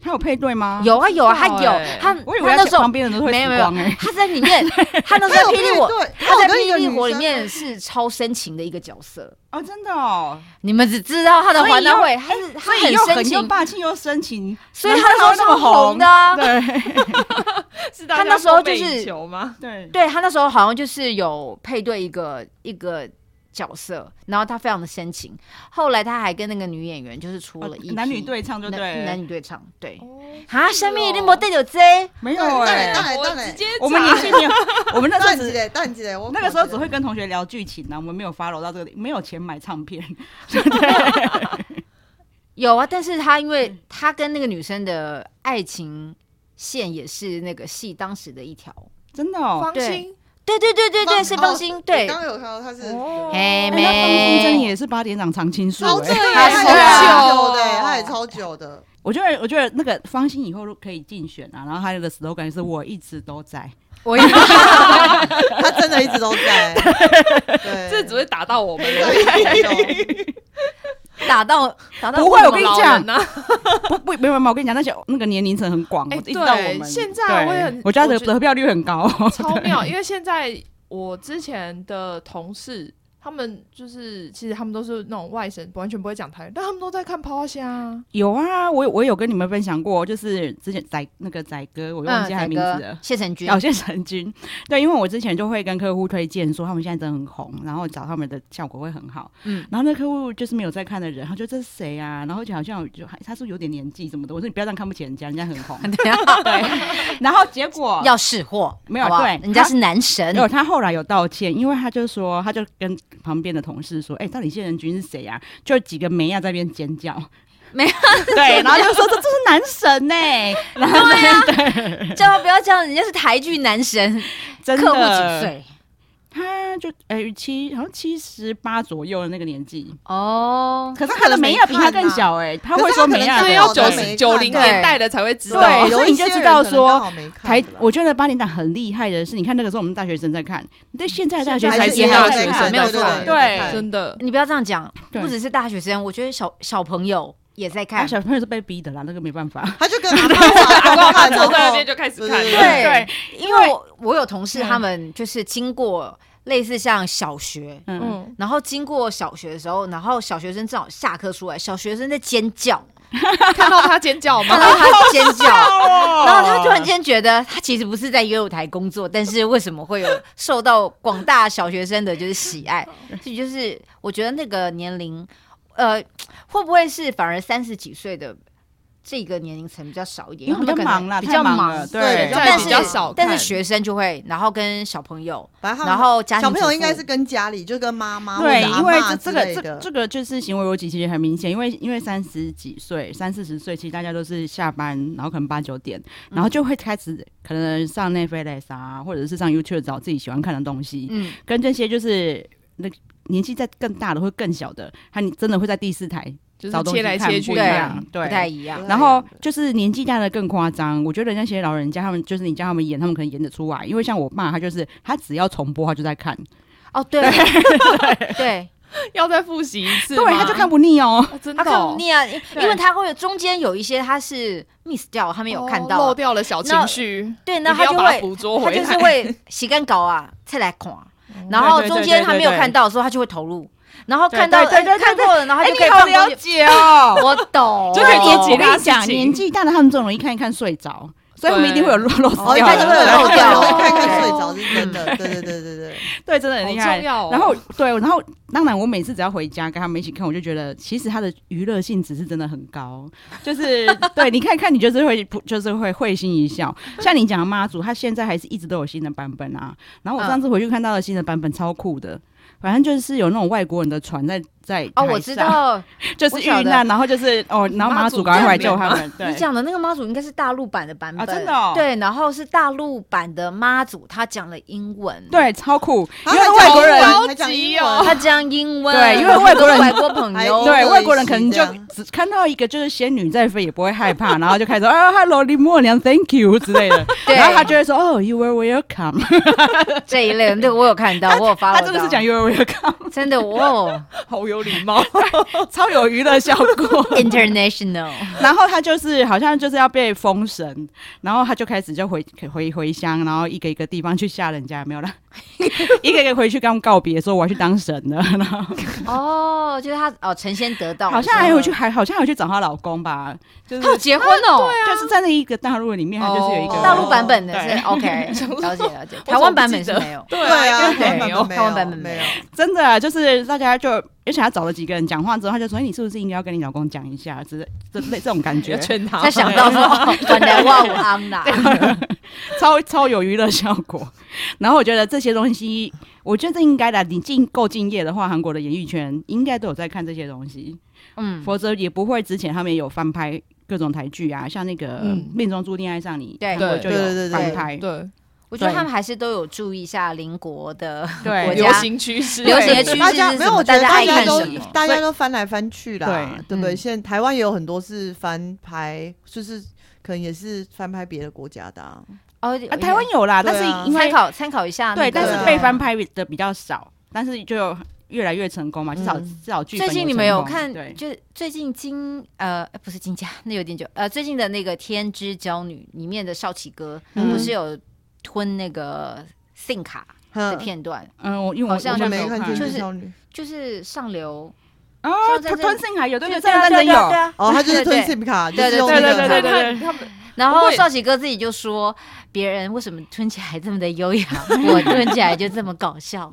S3: 他有配对吗？，
S4: 有啊有啊，他
S1: 不知道欸
S4: 有他
S3: 我以
S4: 他
S3: 为
S4: 那
S3: 他
S4: 时候
S3: 旁边人都会
S4: 没
S3: 死
S4: 有没有
S3: 光哎，
S4: 他在 里面，他那时候霹雳我
S2: 对，
S4: 他在
S2: 有跟一
S4: 霹
S2: 个
S4: 雳
S2: 女
S4: 火里
S2: 生
S4: 面是超深情的一个角色，
S3: 哦，真的哦，
S4: 你们只知道他的华南会，他是他
S3: 所以又
S4: 深
S3: 狠又
S4: 情，
S3: 霸气又深情，
S4: 所以他那时
S3: 难怪
S4: 候是
S3: 会那么
S4: 红的啊。
S3: 对
S1: 是大
S4: 他
S1: 家
S4: 那时候
S1: 梦寐
S4: 就是
S1: 以求吗？
S3: 对
S4: 对他那时候好像就是有配对一个一个角色，然后他非常的深情。后来他还跟那个女演员就是出
S3: 哦
S4: 了一、
S3: 男女对唱就
S4: 男
S3: 对了，哦
S4: 男女对唱，对
S2: 哦
S1: 啊
S4: 啊，生命一定没对有这，
S3: 没有
S2: 对
S3: 哎、
S2: 当然
S1: 我直接
S3: 我们年
S1: 炸
S3: 轻人，我们那时候
S2: 淡
S3: 只
S2: 季嘞，淡季嘞，我
S3: 那个时候只会跟同学聊剧情啊呢，我们没有 follow 到这个，没有钱买唱片，
S4: 有啊。但是他因
S3: 嗯
S4: 为他跟那个女生的爱情线也是那个戏当时的一条。
S3: 真的哦。
S1: 方心
S4: 对对对对对，是
S2: 放
S4: 放心，
S2: 我，
S4: 对
S2: 刚刚有看到他是
S1: 哦
S4: 嘿
S3: 哎
S4: 没
S3: 那方心真的也是八点档常青树、
S2: 超正
S3: 哎，
S2: 的，
S4: 他
S2: 他
S4: 是
S2: 也
S1: 啊
S2: 超久的，他也超久的，
S3: 我觉得我觉得那个方心以后可以竞选啊，然后他的 slogan 是我一直都在，
S4: 我 也
S2: 他真的一直都在。对，
S1: 这只会打到我们的。哦
S4: 打到打到
S3: 不会
S4: 什么
S3: 我跟你
S4: 老
S3: 讲
S4: 人 啊
S3: 不不没有没有，我跟你讲，那些那个年龄层很广，
S1: 哎
S3: 我一直到我
S1: 对
S3: 们
S1: 现在
S3: 对
S1: 我也很
S3: 我觉得
S1: 我
S3: 得
S1: 觉
S3: 得票率很高，哦
S1: 超妙，因为现在我之前的同事。他们就是，其实他们都是那种外省，完全不会讲台语，但他们都在看抛虾、啊。
S3: 有啊，我有我有跟你们分享过，就是之前仔那个仔哥，我忘
S4: 嗯，
S3: 记他
S4: 仔
S3: 名字了。
S4: 哥谢成君
S3: 表现成军，对，因为我之前就会跟客户推荐说他们现在真的很红，然后找他们的效果会很好。
S4: 嗯
S3: 然后那客户就是没有在看的人，他就这是谁啊？然后就好像就还他说有点年纪什么的，我说你不要这样看不起人家，人家很红。对，然后结果
S4: 要识货，
S3: 啊没有
S4: 好不好
S3: 对
S4: 人家
S3: 他
S4: 是男神，
S3: 有他后来有道歉，因为他就说他就跟旁边的同事说，哎、到底谢仁君是谁啊？就几个梅亚在那边尖叫。
S4: 梅亚
S3: 对，然后就说这这是男神呢、然后
S4: 叫他不要这样，人家是台剧男神，
S3: 真的
S4: 客户几岁？
S3: 他就哎七、好像七十八左右的那个年纪，
S4: 哦，
S3: 可是他的梅亚比他更小哎、他会说梅亚
S2: 可
S1: 对，
S2: 是
S3: 的，
S1: 要
S2: 他
S1: 九
S2: 可能
S1: 十
S2: 没看
S1: 九零
S4: 对
S1: 年代的才会知道。啊
S3: 对
S2: 有
S3: 所以
S2: 一
S3: 你就
S2: 些
S3: 知
S2: 人
S3: 道
S2: 可能
S3: 说
S2: 刚好没看
S3: 台
S2: 吧，
S3: 我觉得八点档很厉害的是，你看那个时候我们大学生在看，对现在的大学生
S1: 还
S2: 还
S1: 是
S2: 是
S1: 也
S3: 也
S1: 还有
S3: 还有
S1: 学
S3: 学
S1: 生
S3: 生，
S4: 没有错
S2: 对
S3: 对
S2: 对
S1: 真的，
S4: 你不要这样讲，
S3: 对
S4: 不只是大学生，我觉得小小朋友也在
S3: 啊
S4: 看。
S3: 小朋友是被逼的啦，那个没办法。
S2: 他就跟阿公
S1: 他
S2: 阿
S1: 坐
S2: 公
S1: 在那边就开始看。
S2: 对
S4: 对，因为
S3: 因
S4: 我我有同事，
S3: 嗯
S4: 他们就是经过类似像小学，
S3: 嗯，
S1: 嗯，
S4: 然后经过小学的时候，然后小学生正好下课出来，小学生在尖叫，
S1: 看到他尖叫
S4: 看
S1: 吗？
S4: 到他尖叫。然
S3: 然
S4: 后他突然间觉得，他其实不是在歌舞台工作，但是为什么会有受到广大小学生的就是喜爱？这就是我觉得那个年龄，呃，会不会是反而三十几岁的这个年龄层比较少一点？
S3: 因为比较
S4: 他们可能
S3: 忙啦，
S4: 比
S3: 太
S4: 较
S3: 忙了，
S4: 忙。
S3: 对，
S2: 对
S4: 但
S1: 比
S4: 是
S1: 较少
S4: 但
S1: 看
S4: 是学生就会，然后跟小朋友，
S2: 反正
S4: 然后家庭
S2: 小朋友
S4: 主
S2: 应该
S4: 妇
S2: 是跟家里，就跟妈妈
S3: 对，
S2: 或者阿
S3: 因为
S2: 嬷
S3: 这
S2: 啊之
S3: 这个
S2: 类
S3: 这
S2: 的
S3: 这个就是行为逻辑其实很明显，因为因为三十几岁、三四十岁，其实大家都是下班，然后可能八九点，然后就会开始可能上 Netflix 啊，或者是上 YouTube 找自己喜欢看的东西，
S4: 嗯，
S3: 跟这些就是那年纪再更大的或更小的，他你真的会在第四台
S1: 就是
S3: 找东西
S1: 切来
S3: 看
S1: 切
S3: 不
S1: 去
S3: 一
S4: 对
S1: 看
S3: 样，，
S4: 不
S3: 对，啊
S4: 太一样。
S3: 然后就是年纪大的更夸张，我觉得那些老人家他们就是你叫他们演，他们可能演得出来，因为像我爸他就是他只要重播他就在看，
S4: 哦，对对，
S1: 要再复习一次吗。
S3: 对，他就看不腻哦。
S1: 啊真的
S4: 他
S1: 哦，
S4: 看不腻啊，因
S1: 对
S4: 因为他会有中间有一些他是 miss 掉，他没有看到
S1: 哦
S4: 啊
S1: 漏，掉了小情绪，
S4: 对，
S1: 你
S4: 那
S1: 不
S4: 他
S1: 要
S4: 就
S1: 把它
S4: 会
S1: 捕捉
S4: 他
S1: 回来。
S4: 就是会洗干搞啊，再来看，
S1: 嗯
S4: 然后
S3: 对对
S4: 中
S3: 对
S4: 间
S3: 对
S4: 他
S3: 对
S4: 没有
S3: 对
S4: 看到的时候，他就会投入，然后
S3: 对
S4: 看到
S3: 对对
S4: 哎
S3: 对对
S4: 看过了，然后
S3: 哎
S4: 他就可以
S3: 你好
S4: 放
S3: 了
S4: 东西。
S3: 解哦，
S4: 我懂，
S1: 就可以
S3: 我
S1: 做其
S3: 跟
S1: 他
S3: 你
S1: 事
S3: 讲，
S1: 情
S3: 年纪大的他们这种容易看一看睡着，所以他们一定会有漏漏
S2: 哦，
S3: 掉
S2: 一看就
S4: 对
S2: 会
S3: 的。
S4: 漏
S2: 漏
S4: 掉
S2: 掉，一看一
S4: 对
S2: 看睡着是真的，对对对对对。
S3: 对，真的很
S1: 好
S3: 厉
S1: 重
S3: 害。
S1: 要哦。
S3: 然后对，然后当然，我每次只要回家跟他们一起看，我就觉得其实它的娱乐性质是真的很高， 就是对你看一看，你就是会不就是会会心一笑。像你讲的妈祖，它现在还是一直都有新的版本啊。然后我上次回去看到了新的版本，超酷的。反正就是有那种外国人的船在在
S4: 哦，
S3: 台
S4: 我知
S3: 上，
S4: 道
S3: 就是
S4: 我
S3: 遇
S4: 晓得
S3: 难，然后就是哦，然后
S1: 妈
S3: 妈
S1: 祖
S3: 祖赶快来
S1: 救
S3: 救
S1: 命
S3: 他
S1: 吗
S3: 们。对
S4: 你，讲的那个妈祖应该是大陆版的版
S3: 啊
S4: 本，
S3: 真的哦
S4: 对，然后是大陆版的妈祖，她讲了英文，，
S3: 对，超酷，
S2: 啊
S3: 因为
S2: 还
S3: 外
S2: 讲
S3: 国
S2: 英
S3: 人
S2: 文
S1: 高
S2: 还讲
S1: 级
S2: 英文
S1: 哦
S4: 她讲英文，
S3: 对 因为外国人哎
S4: 外国朋
S2: 还
S4: 友，
S3: 对
S2: 哦
S3: 外国人可能
S2: 这
S3: 就
S2: 样
S3: 只看到一个就是仙女在飞也不会害怕，然后就开始说啊，Hello 林默娘，Thank you 之类的，
S4: 对
S3: 然后他就会说哦，You were welcome，
S4: 这一类的，那个我有看到，我有发，
S3: 他真的是讲 You were welcome，
S4: 真的哦
S3: 好有礼貌，超有娱乐效果。
S4: ，international，
S3: 然后他就是好像就是要被封神，然后他就开始就回回回乡，然后一个一个地方去吓人家，没有啦，一个一个回去跟他们告别，说我要去当神了，然后。
S4: 哦，就是她哦，成仙得道，
S3: 好像还有去，还好像还有去找她老公吧，就是
S4: 她有结婚哦，
S3: 就是在那一个大陆里面，她就是有一个
S1: 哦
S4: 大陆版本的是
S3: 对
S4: OK，了解了解，台湾版本是没有，
S1: 对
S2: 对啊，
S1: 应该
S2: 台
S1: 没
S2: 湾
S1: 有
S2: 版本没
S4: 台湾版
S2: 有
S4: 本没
S2: 没
S4: 有
S2: 有。
S3: 真的啊就是大家就，而且她找了几个人讲话之后，她就说：“哎，你是不是应该要跟你老公讲一下？”之类这类这种感觉
S1: 要，劝他
S4: 才想到说 哦转来哇我 安啦，
S3: 超超有娱乐效果。然后我觉得这些东西，我觉得这应该的。你进够敬业的话，韩国的演艺圈应该都有在看这些东西，
S4: 嗯，
S3: 否则也不会之前他们也有翻拍。各种台剧啊，像那个
S1: 嗯
S3: 《命中注定爱上你》，
S4: 对
S3: 韩国就
S2: 对对对对
S3: 有翻
S2: 对
S3: 拍，
S1: 对
S4: 我觉得
S3: 对
S4: 他们还是都有注意一下邻国的
S3: 对
S4: 国
S1: 流
S4: 家
S1: 行趋 势，
S4: 流行
S3: 对
S4: 的趋势
S2: 大家
S4: 是
S2: 没
S4: 什
S2: 有，
S4: 么，
S2: 我觉得
S4: 家
S2: 大
S4: 爱
S2: 家
S4: 看
S2: 都
S4: 什么。
S2: 大
S3: 所
S2: 家
S3: 以
S2: 都翻来翻去啦
S3: 对，
S2: 对不对？
S4: 嗯
S2: 现在台湾也有很多是翻拍，就是可能也是翻拍别的国家的啊。
S4: 哦，
S3: 啊，台湾有啦，但
S2: 对啊
S3: 是因为
S4: 参考参考一下那
S3: 对，
S4: 个，
S3: 但
S2: 对
S3: 是
S2: 啊
S3: 被翻拍的比较少，但是就越来越成功嘛，至少
S2: 嗯
S3: 至少剧本
S4: 最近你
S3: 成
S4: 们有
S3: 功
S4: 看
S3: 对？，
S4: 就是最近金呃呃不是金家，那有点久，呃最近的那个《天之娇女》里面的少奇哥
S2: 嗯
S4: 不是有吞那个 SIM 卡的片段，
S3: 嗯，我因为我
S4: 好
S2: 我
S3: 我
S4: 像就
S3: 就
S4: 没
S2: 没
S4: 有
S2: 看《
S4: 看
S2: 天
S4: 就
S2: 之
S4: 是
S2: 少女
S4: 就是上流，
S3: 啊
S4: 像，在
S3: 吞
S4: 这
S3: 吞星海有对对，
S4: 对
S3: 真的
S4: 啊对啊
S3: 真的
S4: 对啊对
S3: 有，
S4: 啊
S2: 哦，他就是
S4: 对
S2: 吞
S4: 对
S2: SIM 卡，就
S4: 对
S2: 是
S4: 对
S2: 用
S3: 对
S2: 那
S3: 对
S2: 个
S3: 对
S1: 对
S3: 对
S1: 对，他们
S4: 然
S1: 不
S4: 后
S1: 会
S4: 少奇哥自己就说，别人为什么吞起来这么的优雅，我吞起来就这么搞笑。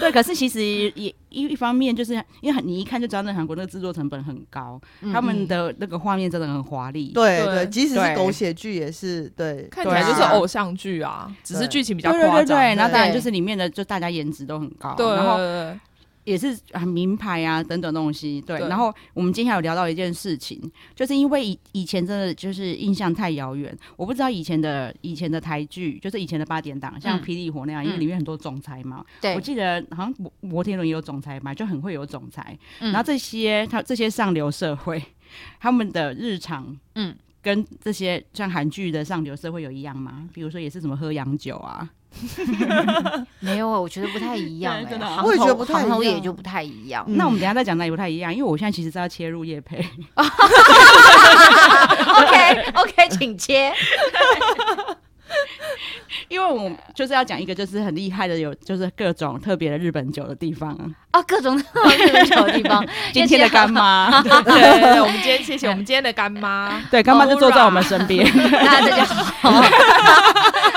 S3: 对。可是其实也一一方面就是因为很你一看就知道那韩国那个制作成本很高，
S4: 嗯
S3: 他们的那个画面真的很华丽，
S2: 对
S1: 对
S2: 对，即使是
S3: 对
S2: 狗血剧也是对，
S1: 看起来就是
S3: 对啊
S1: 偶像剧啊，只是剧情比较
S3: 对对
S1: 夸
S3: 对
S1: 张。
S3: 对。然后当然
S4: 对
S3: 就是里面的就大家颜值都很高，
S1: 对，
S3: 然后
S1: 对
S3: 也是很名牌啊等等东西，对。
S1: 对
S3: 然后我们今天有聊到一件事情，就是因为以以前真的就是印象太遥远，我不知道以前的以前的台剧，就是以前的八点档，像
S4: 嗯
S3: 《霹雳火》那样，因为
S4: 嗯
S3: 里面很多总裁嘛。
S4: 对
S3: 我，记得好像摩摩天轮也有总裁嘛，就很会有总裁。
S4: 嗯
S3: 然后这些他这些上流社会， 他们的日常，
S4: 嗯
S3: 嗯。跟这些像韩剧的上流社会有一样吗？比如说也是什么喝洋酒啊，
S4: 没有啊，我觉得不太一样
S3: 对
S4: 哎，
S3: 真的啊
S4: 行
S2: 我也觉得
S4: 头
S2: 不太
S4: 行头
S2: 一样
S4: 也就不太 一样。
S2: 嗯
S3: 那我们等一下再讲那也不太一样，因为我现在其实是要切入叶培，
S4: OK OK，请切。
S3: 因为我就是要讲一个就是很厉害的有就是各种特别的日本酒的地方，
S4: 啊，各种各种小地方。
S3: 今天的干 妈，
S1: 对对对对，我们今天谢谢我们今天的干妈，
S3: 对干妈就坐在我们身 边，
S4: 大家就好。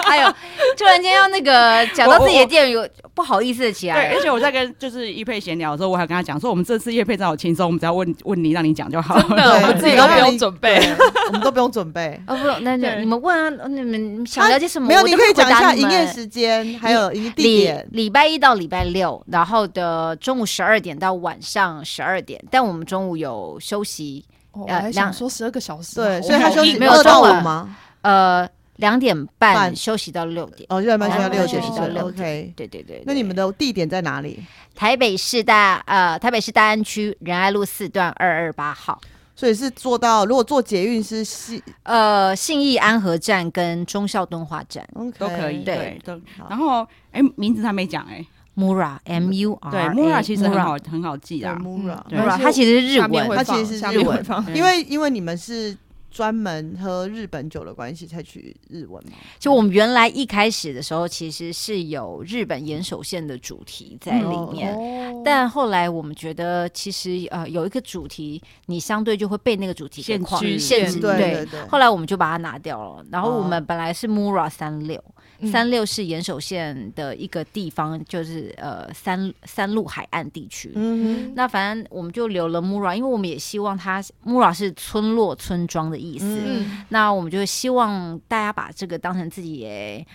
S4: 哎呦，突然间要那个讲到自己的店，有不好意思的起来
S3: 对，
S4: 了。
S3: 而。且我在跟就是一佩闲聊的时候，我还跟他讲说，我们这次叶佩找我轻松，我们只要问问你，让你讲就好。
S1: 真的，我们自己都不用准备。
S2: 对，我们都不用准备
S4: 哦不，那就
S3: 对
S4: 你们问啊，你们想了解什么？
S2: 没有，
S4: 嗯我
S2: 你
S4: 都
S2: 可以
S4: 回
S2: 讲一
S4: 答
S2: 下
S4: 你
S2: 营业
S4: 们
S2: 时间，还有营业地
S4: 礼
S2: 点。
S4: 礼拜一到礼拜六，然后的中午十二点到晚上十二点，但我们中午有休息，
S1: 哦我
S4: 呃
S1: 还
S4: 两
S1: 想说十二个小时啊，
S2: 对，
S1: 我
S2: 所以他
S1: 好
S2: 休
S1: 硬
S2: 息
S4: 没有
S2: 二到
S4: 中
S2: 五
S4: 文
S2: 吗？
S4: 呃，两点
S2: 半
S4: 半休息到六点。
S2: 哦，就慢慢休息到
S4: 哦
S2: 六
S4: 休
S2: 点
S4: 息到
S2: 是
S4: 六
S2: OK。
S4: 对对对，
S2: 那
S4: 对
S2: 你们的地点在哪里？
S4: 台北市大呃台北市大安区仁爱路四段二二八号。
S2: 所以是做到，如果坐捷运是西
S4: 呃，信义安和站跟忠孝敦化站
S2: OK
S3: 都可以，
S4: 对
S3: 对，都。
S2: 好
S3: 然后，哎，名字他没讲，哎，
S4: ，Mura M U
S3: 对
S4: R，
S3: ，Mura 其实很好，很好记
S2: 对
S3: 啦。
S2: Mura，
S3: 嗯对
S2: 但
S4: Mura，
S2: 是
S4: 它其实是日
S1: 下面
S4: 文
S1: 会
S2: 它
S1: 放，
S2: 其实是
S1: 下
S2: 日
S1: 面
S2: 文
S1: 会放。
S2: 因为因为你们是专门喝日本酒的关系才取日文嘛，
S4: 就我们原来一开始的时候，其实是有日本岩手县的主题在里面。
S1: 哦
S4: 但后来我们觉得，其实呃有一个主题，你相对就会被那个主题给
S3: 限
S4: 框
S3: 制
S4: 限
S1: 限
S4: 制。
S1: 制
S2: 对
S4: 对
S2: 对，
S4: 后来我们就把它拿掉了。然后我
S2: 哦
S4: 们本来是 Mura 三六，
S1: 嗯
S4: 三六是岩手县的一个地方，就是呃三三鹿海岸地区。
S2: 嗯
S4: 那反正我们就留了 Mura，因为我们也希望它 Mura 是村落、村庄的意思。
S1: 嗯
S4: 那我们就希望大家把这个当成自己诶，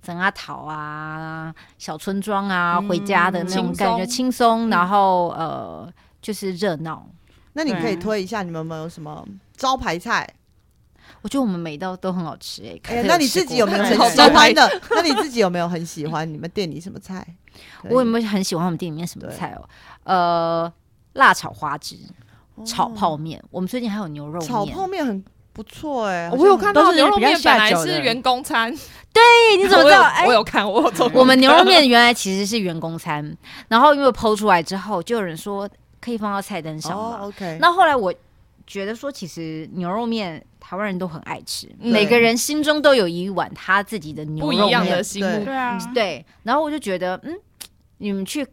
S4: 整啊讨啊、小村庄啊、
S2: 嗯
S4: 回家的那种感觉，轻松，然后呃就是热闹。
S2: 哼，那你可以
S3: 对
S2: 推一下你们有没有什么招牌菜？
S4: 我觉得我们每一道都很好吃诶。
S2: 哎、
S4: 可是
S2: 那你自己有没有
S4: 吃
S2: 很
S4: 过
S2: 喜欢的？ 那你自己有没有很喜欢你们店里什么菜？
S4: 我有没有很喜欢我们店里面什么菜哦？呃，辣炒花枝、
S2: 有
S4: 炒泡面，我们最近还有牛肉
S2: 哦炒
S4: 面。
S2: 泡面很不错哎、
S4: 哦
S2: 好像
S1: 我有看
S3: 都
S1: 到
S3: 是
S1: 牛肉
S3: 比较
S1: 面本
S3: 下
S1: 来
S3: 酒
S1: 是
S3: 的
S1: 员工 餐，
S4: 哎，你怎么
S1: 我
S4: 知道？
S1: 有
S4: 哎
S1: 我，有看，我有做过。
S4: 我们牛肉面原来其实是员工餐，然后因为剖出来之后，就有人说可以放到菜单上
S2: 哦
S4: 嘛。
S2: ，OK，
S4: 那后来我觉得说，其实牛肉面台湾人都很爱吃，
S1: 嗯
S4: 每个人心中都有一碗他自己的牛
S1: 不一
S4: 肉
S1: 样的
S4: 面。
S1: 心目
S2: 对，
S3: 啊
S4: 对，然后我就觉得，嗯，你们去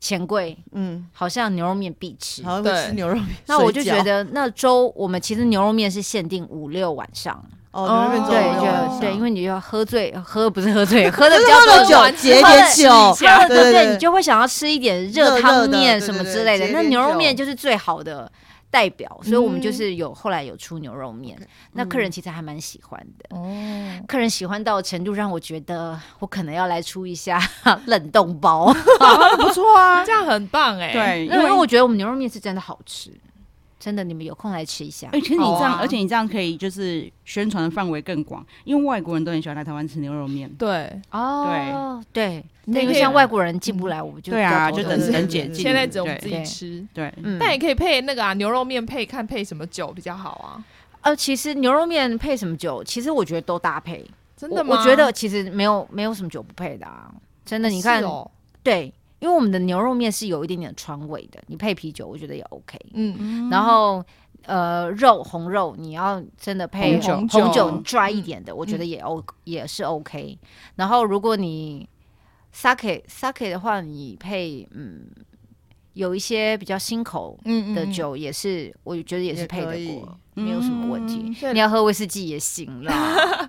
S4: 钱柜
S2: 嗯，
S4: 好像牛肉面必吃，
S2: 好像会吃
S1: 对
S2: 牛肉面，
S4: 那我就
S2: 水饺
S4: 觉得那周我们其实牛肉面是限定五六晚上，
S2: 哦，牛肉面
S1: 哦
S2: 粥
S4: 对
S2: 牛肉面
S4: 就
S2: 粥
S4: 对，因为你要喝醉，喝不是喝醉，喝 的比
S2: 就是
S4: 较
S2: 喝
S4: 多
S2: 了酒，解点酒，
S4: 喝
S2: 对对
S4: 了哦对
S2: 对
S4: 你就会想要吃一点
S2: 热
S4: 热
S2: 热
S4: 汤
S2: 的
S4: 面
S2: 对
S4: 什么
S2: 对
S4: 之
S2: 对
S4: 类的
S2: 解。
S4: 那
S2: 点
S4: 牛肉面
S2: 酒
S4: 就是最好的代表，所以我们就
S1: 嗯
S4: 是有后来有出牛肉面，那客人其实还蛮喜欢的。
S1: 哦，
S4: 客人喜欢到的程度，让我觉得我可能要来出一下 冷冻包，
S1: 不错啊，这样很棒哎。
S3: 对，
S4: 因
S3: 因为
S4: 为我觉得我们牛肉面是真的好吃，真的，你们有空来吃一下。
S3: 而且哎你这
S1: 好
S3: 样，
S1: 啊
S3: 而且你这样可以就是宣传的范围更广，因为外国人都很喜欢来台湾吃牛肉面。
S1: 对，
S4: 哦，对，
S1: 你
S4: 那
S1: 也
S4: 个
S1: 可以
S4: 像外国人进不来，我们就
S3: 对啊，
S4: 比
S3: 就
S4: 较头
S3: 等
S4: 痛
S2: 对
S3: 等
S2: 对
S3: 解
S2: 对
S3: 禁，
S1: 现在只有我们自
S3: 对
S1: 己
S4: 对
S1: 吃，
S3: 对，
S4: 嗯，
S1: 但也可以配那个啊牛肉面配看配什么酒比较好啊？
S4: 呃，其实牛肉面配什么酒，其实我觉得都搭配。
S1: 真的吗？
S4: 我？我觉得其实没有没有什么酒不配的啊，真的。你看，
S1: 是哦，
S4: 对，因为我们的牛肉面是有一点点川味的，你配啤酒，我觉得也 OK。
S1: 嗯，
S4: 然后呃，肉红肉你要真的配
S3: 红酒
S4: 红
S1: 红酒
S4: 酒拽一点的，
S1: 嗯
S4: 我觉得也 O、也是 OK。然后如果你 sake sake 的话，你配嗯有一些比较新口
S1: 嗯
S4: 的，酒也是，我觉得也是
S2: 也
S4: 配得
S2: 可以
S4: 过，没有什么问
S3: 嗯
S4: 题。
S1: 对
S4: 你要喝威士忌也行 啦。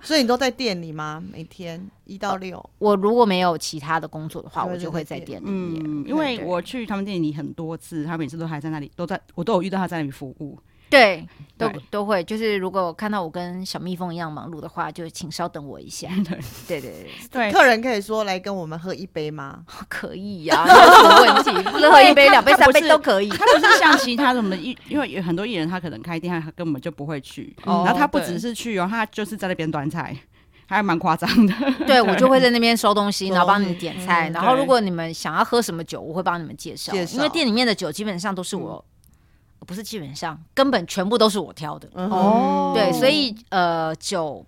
S2: 所以你都在店里吗？每天一到六，
S4: 我如果没有其他的工作的话，
S2: 就会
S4: 我就会
S2: 在
S4: 在
S2: 店
S4: 店里面。
S3: 嗯，因
S4: 对
S3: 为
S4: 对
S3: 我去他们店里很多次，他每次都还在那里，都在我都有遇到他在那里服务。
S4: 对，都
S3: 对
S4: 都会。就是如果看到我跟小蜜蜂一样忙碌的话，就请稍等我 一下。对对对对，
S3: 对，
S2: 客人可以说来跟我们喝一杯吗？
S4: 可以呀、没有什么问题，不是喝一杯、两杯、
S3: 他
S4: 三
S3: 不
S4: 杯
S3: 是
S4: 都可以。
S3: 他不是像其他什么艺，因为有很多艺人他可能开店，他根本就不会去，
S1: 哦
S3: 然后他不
S1: 对
S3: 只是去哦，他就是在那边端菜，还蛮夸张的。
S4: 对，我就会在那边收东西，
S2: 收
S4: 然后帮
S2: 东
S4: 你
S2: 西
S4: 们点菜。
S2: 嗯
S4: 然后
S3: 对
S4: 如果你们想要喝什么酒，我会帮你们介绍，
S2: 介
S4: 因为
S2: 绍
S4: 店里面的酒基本上都是我，呃不是基本上，根本全部都是我挑的。
S2: 嗯哼
S1: 哦
S4: 对，所以呃，酒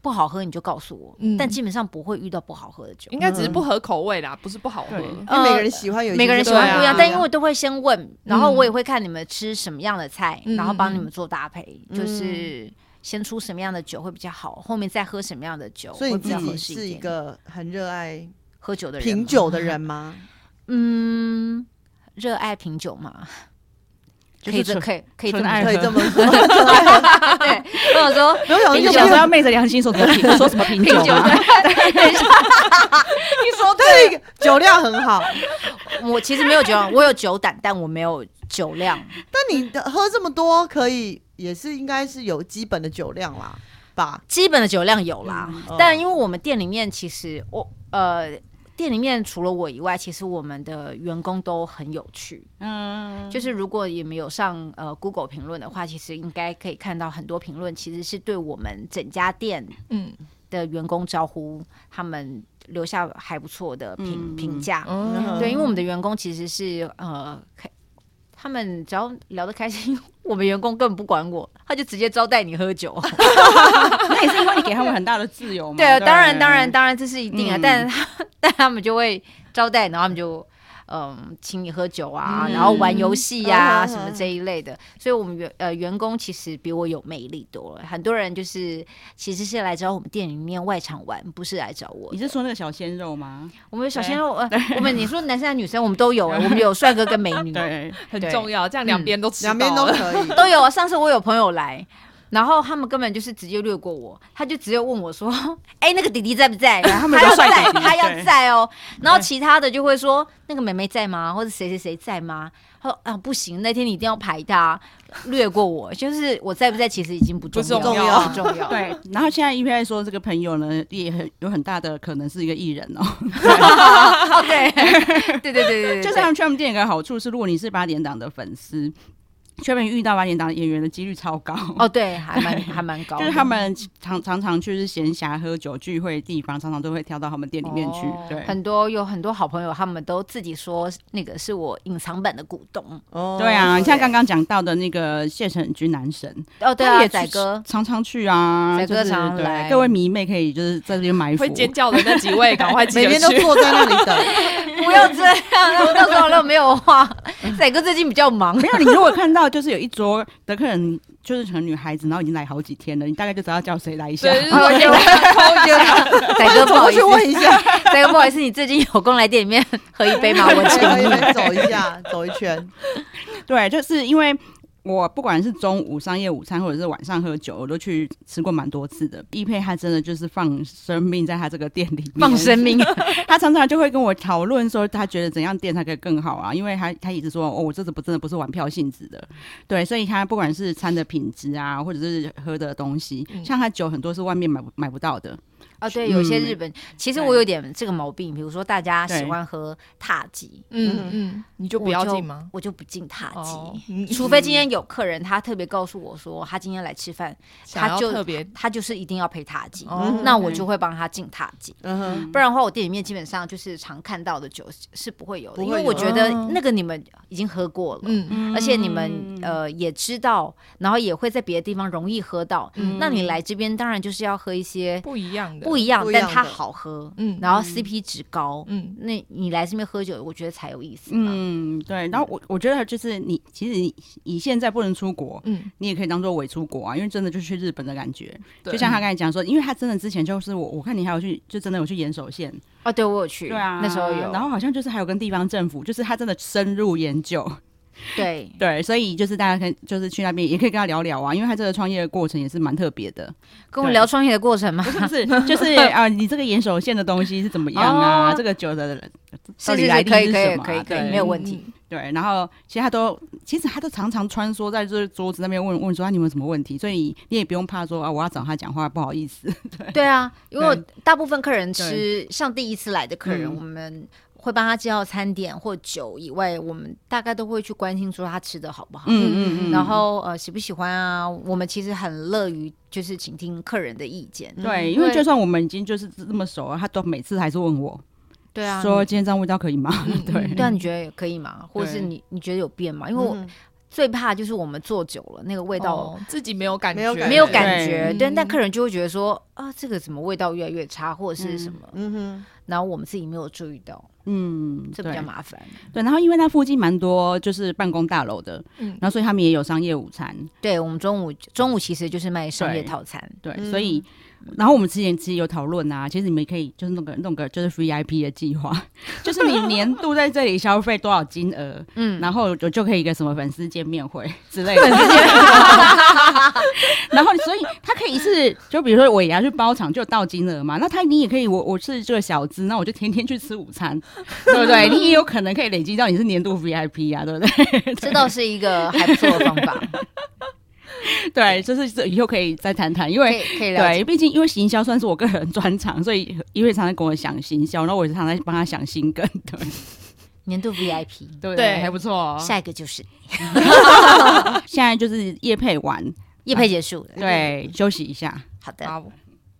S4: 不好喝你就告诉我，
S1: 嗯
S4: 但基本上不会遇到不好喝的酒
S1: 应。该只是不合口味啦，不是不好喝。
S3: 对
S2: 因为每个
S4: 呃
S2: 人喜欢有一些
S4: 每个人喜
S2: 就
S4: 欢
S1: 对啊
S4: 不一样，但因为我都会先问，然后
S1: 嗯
S4: 我也会看你们吃什么样的菜，
S1: 嗯
S4: 然后帮你们做搭配，
S2: 嗯
S4: 就是先出什么样的酒会比较好，后面再喝什么样的酒
S2: 所以
S4: 会
S2: 你
S4: 比
S2: 自
S4: 较合
S2: 己
S4: 适
S2: 是一
S4: 点
S2: 个很热爱
S4: 喝酒的人，
S2: 品，酒的人吗？
S4: 嗯，热爱品酒嘛，
S3: 就
S4: 可
S3: 是
S4: 以这
S3: 纯
S4: 可以可以这
S3: 纯爱
S2: 可
S4: 么说，
S2: 以
S3: 喝
S2: 这么 说，对
S4: 对，跟我说
S2: 没有想说
S3: 你
S2: 有没
S3: 就
S4: 品酒
S3: 想
S2: 有
S3: 说要昧着良心说什么品，说什么 品啊酒
S4: 酒
S3: 吗？
S2: 你说对，酒量很好。
S4: 我其实没有酒量，我有酒胆，但我没有酒量，
S2: 那你的喝这么多，可以也是应该是有基本的酒量啦，吧？
S4: 基本的酒量有啦，
S2: 嗯
S4: 但因为我们店里面其实我呃。店里面除了我以外，其实我们的员工都很有趣。
S3: 嗯，
S4: 就是如果也没有上呃 Google 评论的话，其实应该可以看到很多评论，其实是对我们整家店
S1: 嗯
S4: 的员工招呼，他们留下还不错的评
S3: 嗯
S4: 评价。
S1: 哦
S4: 嗯对，因为我们的员工其实是呃，开他们只要聊得开心， 我们员工根本不管我，他就直接招待你喝酒。
S3: 那也是因为你给他们很大的自由嘛。
S4: 对，啊当然，当然，
S3: 当
S4: 当然，这是一定啊。
S3: 嗯
S4: 但他 但他们就会招待，然后他们就嗯，请你喝酒啊，然后玩游戏呀、
S2: 嗯
S4: 什么这一类的。所以，我们员呃员工其实比我有魅力多了。很多人就是其实是来找我们店里面外场玩，不是来找我的。
S3: 你是说那个小鲜肉吗？
S4: 我们有小鲜肉，呃，我们你说男生还是女生，我们都有、啊我们有帅哥跟美女。
S3: 对，
S1: 很
S4: 对
S1: 重要，这样两边都吃到
S2: 哦两边都
S1: 了
S2: 可以。
S4: 都有啊。上次我有朋友来，然后他们根本就是直接略过我，他就只有问我说：“ 哎、那个弟弟在不在？”
S3: 对他们
S4: 要
S3: 都帅
S4: 在
S3: 弟，弟
S4: 他要
S3: 对
S4: 在哦。然后
S3: 对
S4: 其他的就会说：“那个妹妹在吗？或者谁谁谁在吗？”他说：“啊，不行，那天你一定要排他，略过我。 就是我在不在，其实已经不重要，
S1: 不重
S2: 要
S4: 不重要。
S3: 对，然后现在 EPI 说这个朋友呢，也很有很大的可能是一个艺人哦。
S4: 哦，对，对对对对对，
S3: 就是他们 t r u m 电影的好处是，如果你是八点档的粉丝 t r u m 遇到八点档演员的几率超高。
S4: 哦，对，还蛮还蛮 高
S3: 就
S4: 的，
S3: 是他们常常常去是闲暇喝酒聚会的地方，常常都会跳到他们店里面去。
S1: 哦
S3: 对，
S4: 很多有很多好朋友，他们都自己说那个是我隐藏版的股东。
S2: 哦
S3: 对啊，你像刚刚讲到的那个谢承君男神，
S4: 哦，对
S3: 他
S4: 啊，
S3: 也
S4: 仔
S3: 去
S4: 哥，
S3: 常常去啊，
S4: 仔哥
S3: 就是
S4: 常常来
S3: 对各位迷妹可以就是在这边 埋伏
S1: 会，尖叫的那几位，赶快记
S2: 每
S1: 得
S2: 天都
S1: 去。
S2: 坐在那里等。
S4: 不要这样， 我到时候都没有话。仔哥最近比较忙，
S3: 没有，你如果看到就是有一桌的客人，就是可能女孩子，然后已经来好几天了，你大概就知道叫谁来一下。
S1: 对，就是
S4: 哦
S1: 我
S4: 对
S1: 有
S2: 哦有
S4: 仔哥不
S2: 走
S4: 好
S2: 过
S4: 意思
S2: 去，问一 下，
S4: 仔哥不好意思，你最近有空来店里面喝一杯 吗？我请
S2: 可
S4: 你。
S2: 以走一下，走一圈。
S3: 对，就是因为我不管是中午商业午餐或者是晚上喝酒，我都去吃过蛮多次的。易佩他真的就是放生命在他这个店里面，
S4: 放生。命，
S3: 他常常就会跟我讨论说，他觉得怎样店才可以更好啊？因为他他一直说，哦，我这次不真的不是玩票性质的，对，所以他不管是餐的品质啊，或者是喝的东西，
S1: 嗯
S3: 像他酒很多是外面买不买不到的，
S4: 哦，对，有些日
S1: 嗯
S4: 本，其实我有点这个毛病，比如说大家喜欢喝塔吉，
S1: 嗯嗯，你就不要进吗？
S4: 我就不进塔
S1: 哦
S4: 吉，除非今天有客人他特别告诉我说他今天来吃饭，
S1: 想要
S4: 就
S1: 特别
S4: 他就是一定要配塔吉，
S1: 哦
S4: 那我就会帮他进塔吉。
S2: 嗯哼，
S4: 不然的话，我店里面基本上就是常看到的酒是是不会有的，哦
S2: 不会
S4: 因
S2: 有
S4: 为我觉得那个你们已经喝过了，
S1: 嗯，
S4: 而且你们呃也知道，然后也会在别的地方容易喝到。
S1: 嗯
S4: 那你来这边当然就是要喝一些
S1: 不一样的，
S4: 不一样，
S2: 不一样
S4: 但
S2: 的
S4: 它好喝，
S1: 嗯
S4: 然后 CP 值高。
S1: 嗯
S4: 那你来这边喝酒，我觉得才有意思嘛。
S3: 嗯，对。然后我我觉得就是你，其实你你现在不能出国，
S1: 嗯，
S3: 你也可以当做伪出国啊，因为真的就去日本的感觉。
S1: 对
S3: 就像他刚才讲说，因为他真的之前就是我，我看你还有去，就真的有去岩手县，
S4: 哦，对我有去，那时候有，
S3: 然后好像就是还有跟地方政府，就是他真的深入研究，
S4: 对。
S3: 对，所以就是大家可以就是去那边也可以跟他聊聊啊，因为他这个创业的过程也是蛮特别 的，
S4: 跟我聊创业的过 程嘛，
S3: 不是就是啊、你这个岩手县的东西是怎么样啊，
S4: 哦
S3: 这个酒的
S4: 是
S3: 到底
S4: 是
S3: 来
S4: 是，
S3: 历
S4: 可以
S3: 是
S4: 可以
S3: 什么啊
S4: 可以可以，
S3: 对
S4: 没有问题。
S3: 对，然后其实他都，其实他都常常穿梭在这桌子那边问问说、啊、你们有什么问题，所以你也不用怕说啊，我要找他讲话不好意思。
S4: 对啊，因为我
S3: 对
S4: 大部分客人吃，像第一次来的客人，
S3: 嗯
S4: 我们会帮他介绍餐点或酒以外，我们大概都会去关心说他吃的好不好，
S3: 嗯
S4: 然后呃喜不喜欢啊。我们其实很乐于就是倾听客人的意见。
S3: 对，因为
S1: 对
S3: 就算我们已经就是这么熟了，他都每次还是问我，
S4: 对啊，
S3: 说
S4: 你
S3: 今天这样味道可以吗？对，
S4: 对啊，你觉得可以吗？或者是
S3: 对
S4: 你你觉得有变吗？因为我
S2: 嗯
S4: 最怕就是我们做久了，那个味道
S1: 哦自己没有感
S2: 没有
S1: 觉，
S2: 感
S4: 没有
S2: 觉
S4: 感觉，
S1: 对
S4: 对，但
S1: 嗯
S4: 客人就会觉得说啊，这个怎么味道越来越差，或者是什么，
S2: 嗯哼，
S4: 然后我们自己没有注意到，
S3: 嗯，
S4: 这比较
S3: 对
S4: 麻烦。
S3: 对，然后因为那附近蛮多就是办公大楼的，
S1: 嗯
S3: 然后所以他们也有商业午餐，
S4: 对我们中午中午其实就是卖商业
S3: 对
S4: 套餐，
S3: 对，
S2: 嗯
S3: 所以然后我们之前其实有讨论啊，其实你们可以就是弄个弄个就是 VIP 的计划， 就是你年度在这里消费多少金额，
S4: 嗯，
S3: 然后我就可以一个什么粉丝见面会 之类的， 然后所以他可以是就比如说我也要去包场就到金额嘛，那他你也可以我我是这个小资，那我就天天去吃午餐， 对不对？你也有可能可以累积到你是年度 VIP 啊，对不 对？
S4: 这倒是一个还不错的方法，
S3: 对，就是这以后可以再谈谈，因
S4: 可
S3: 为。
S4: 以可以了解。
S3: 对，毕竟因为行销算是我个人专长，所以因为常常跟我想行销，然后我也常常帮他想心梗，对
S4: 年度 VIP，
S3: 对不
S1: 对
S3: 还不错哦。
S4: 下一个就是
S3: 现在就是夜配完，
S4: 夜配结束了，
S3: 啊
S4: 嗯
S3: 对，休息一下。
S4: 好的，
S1: 好，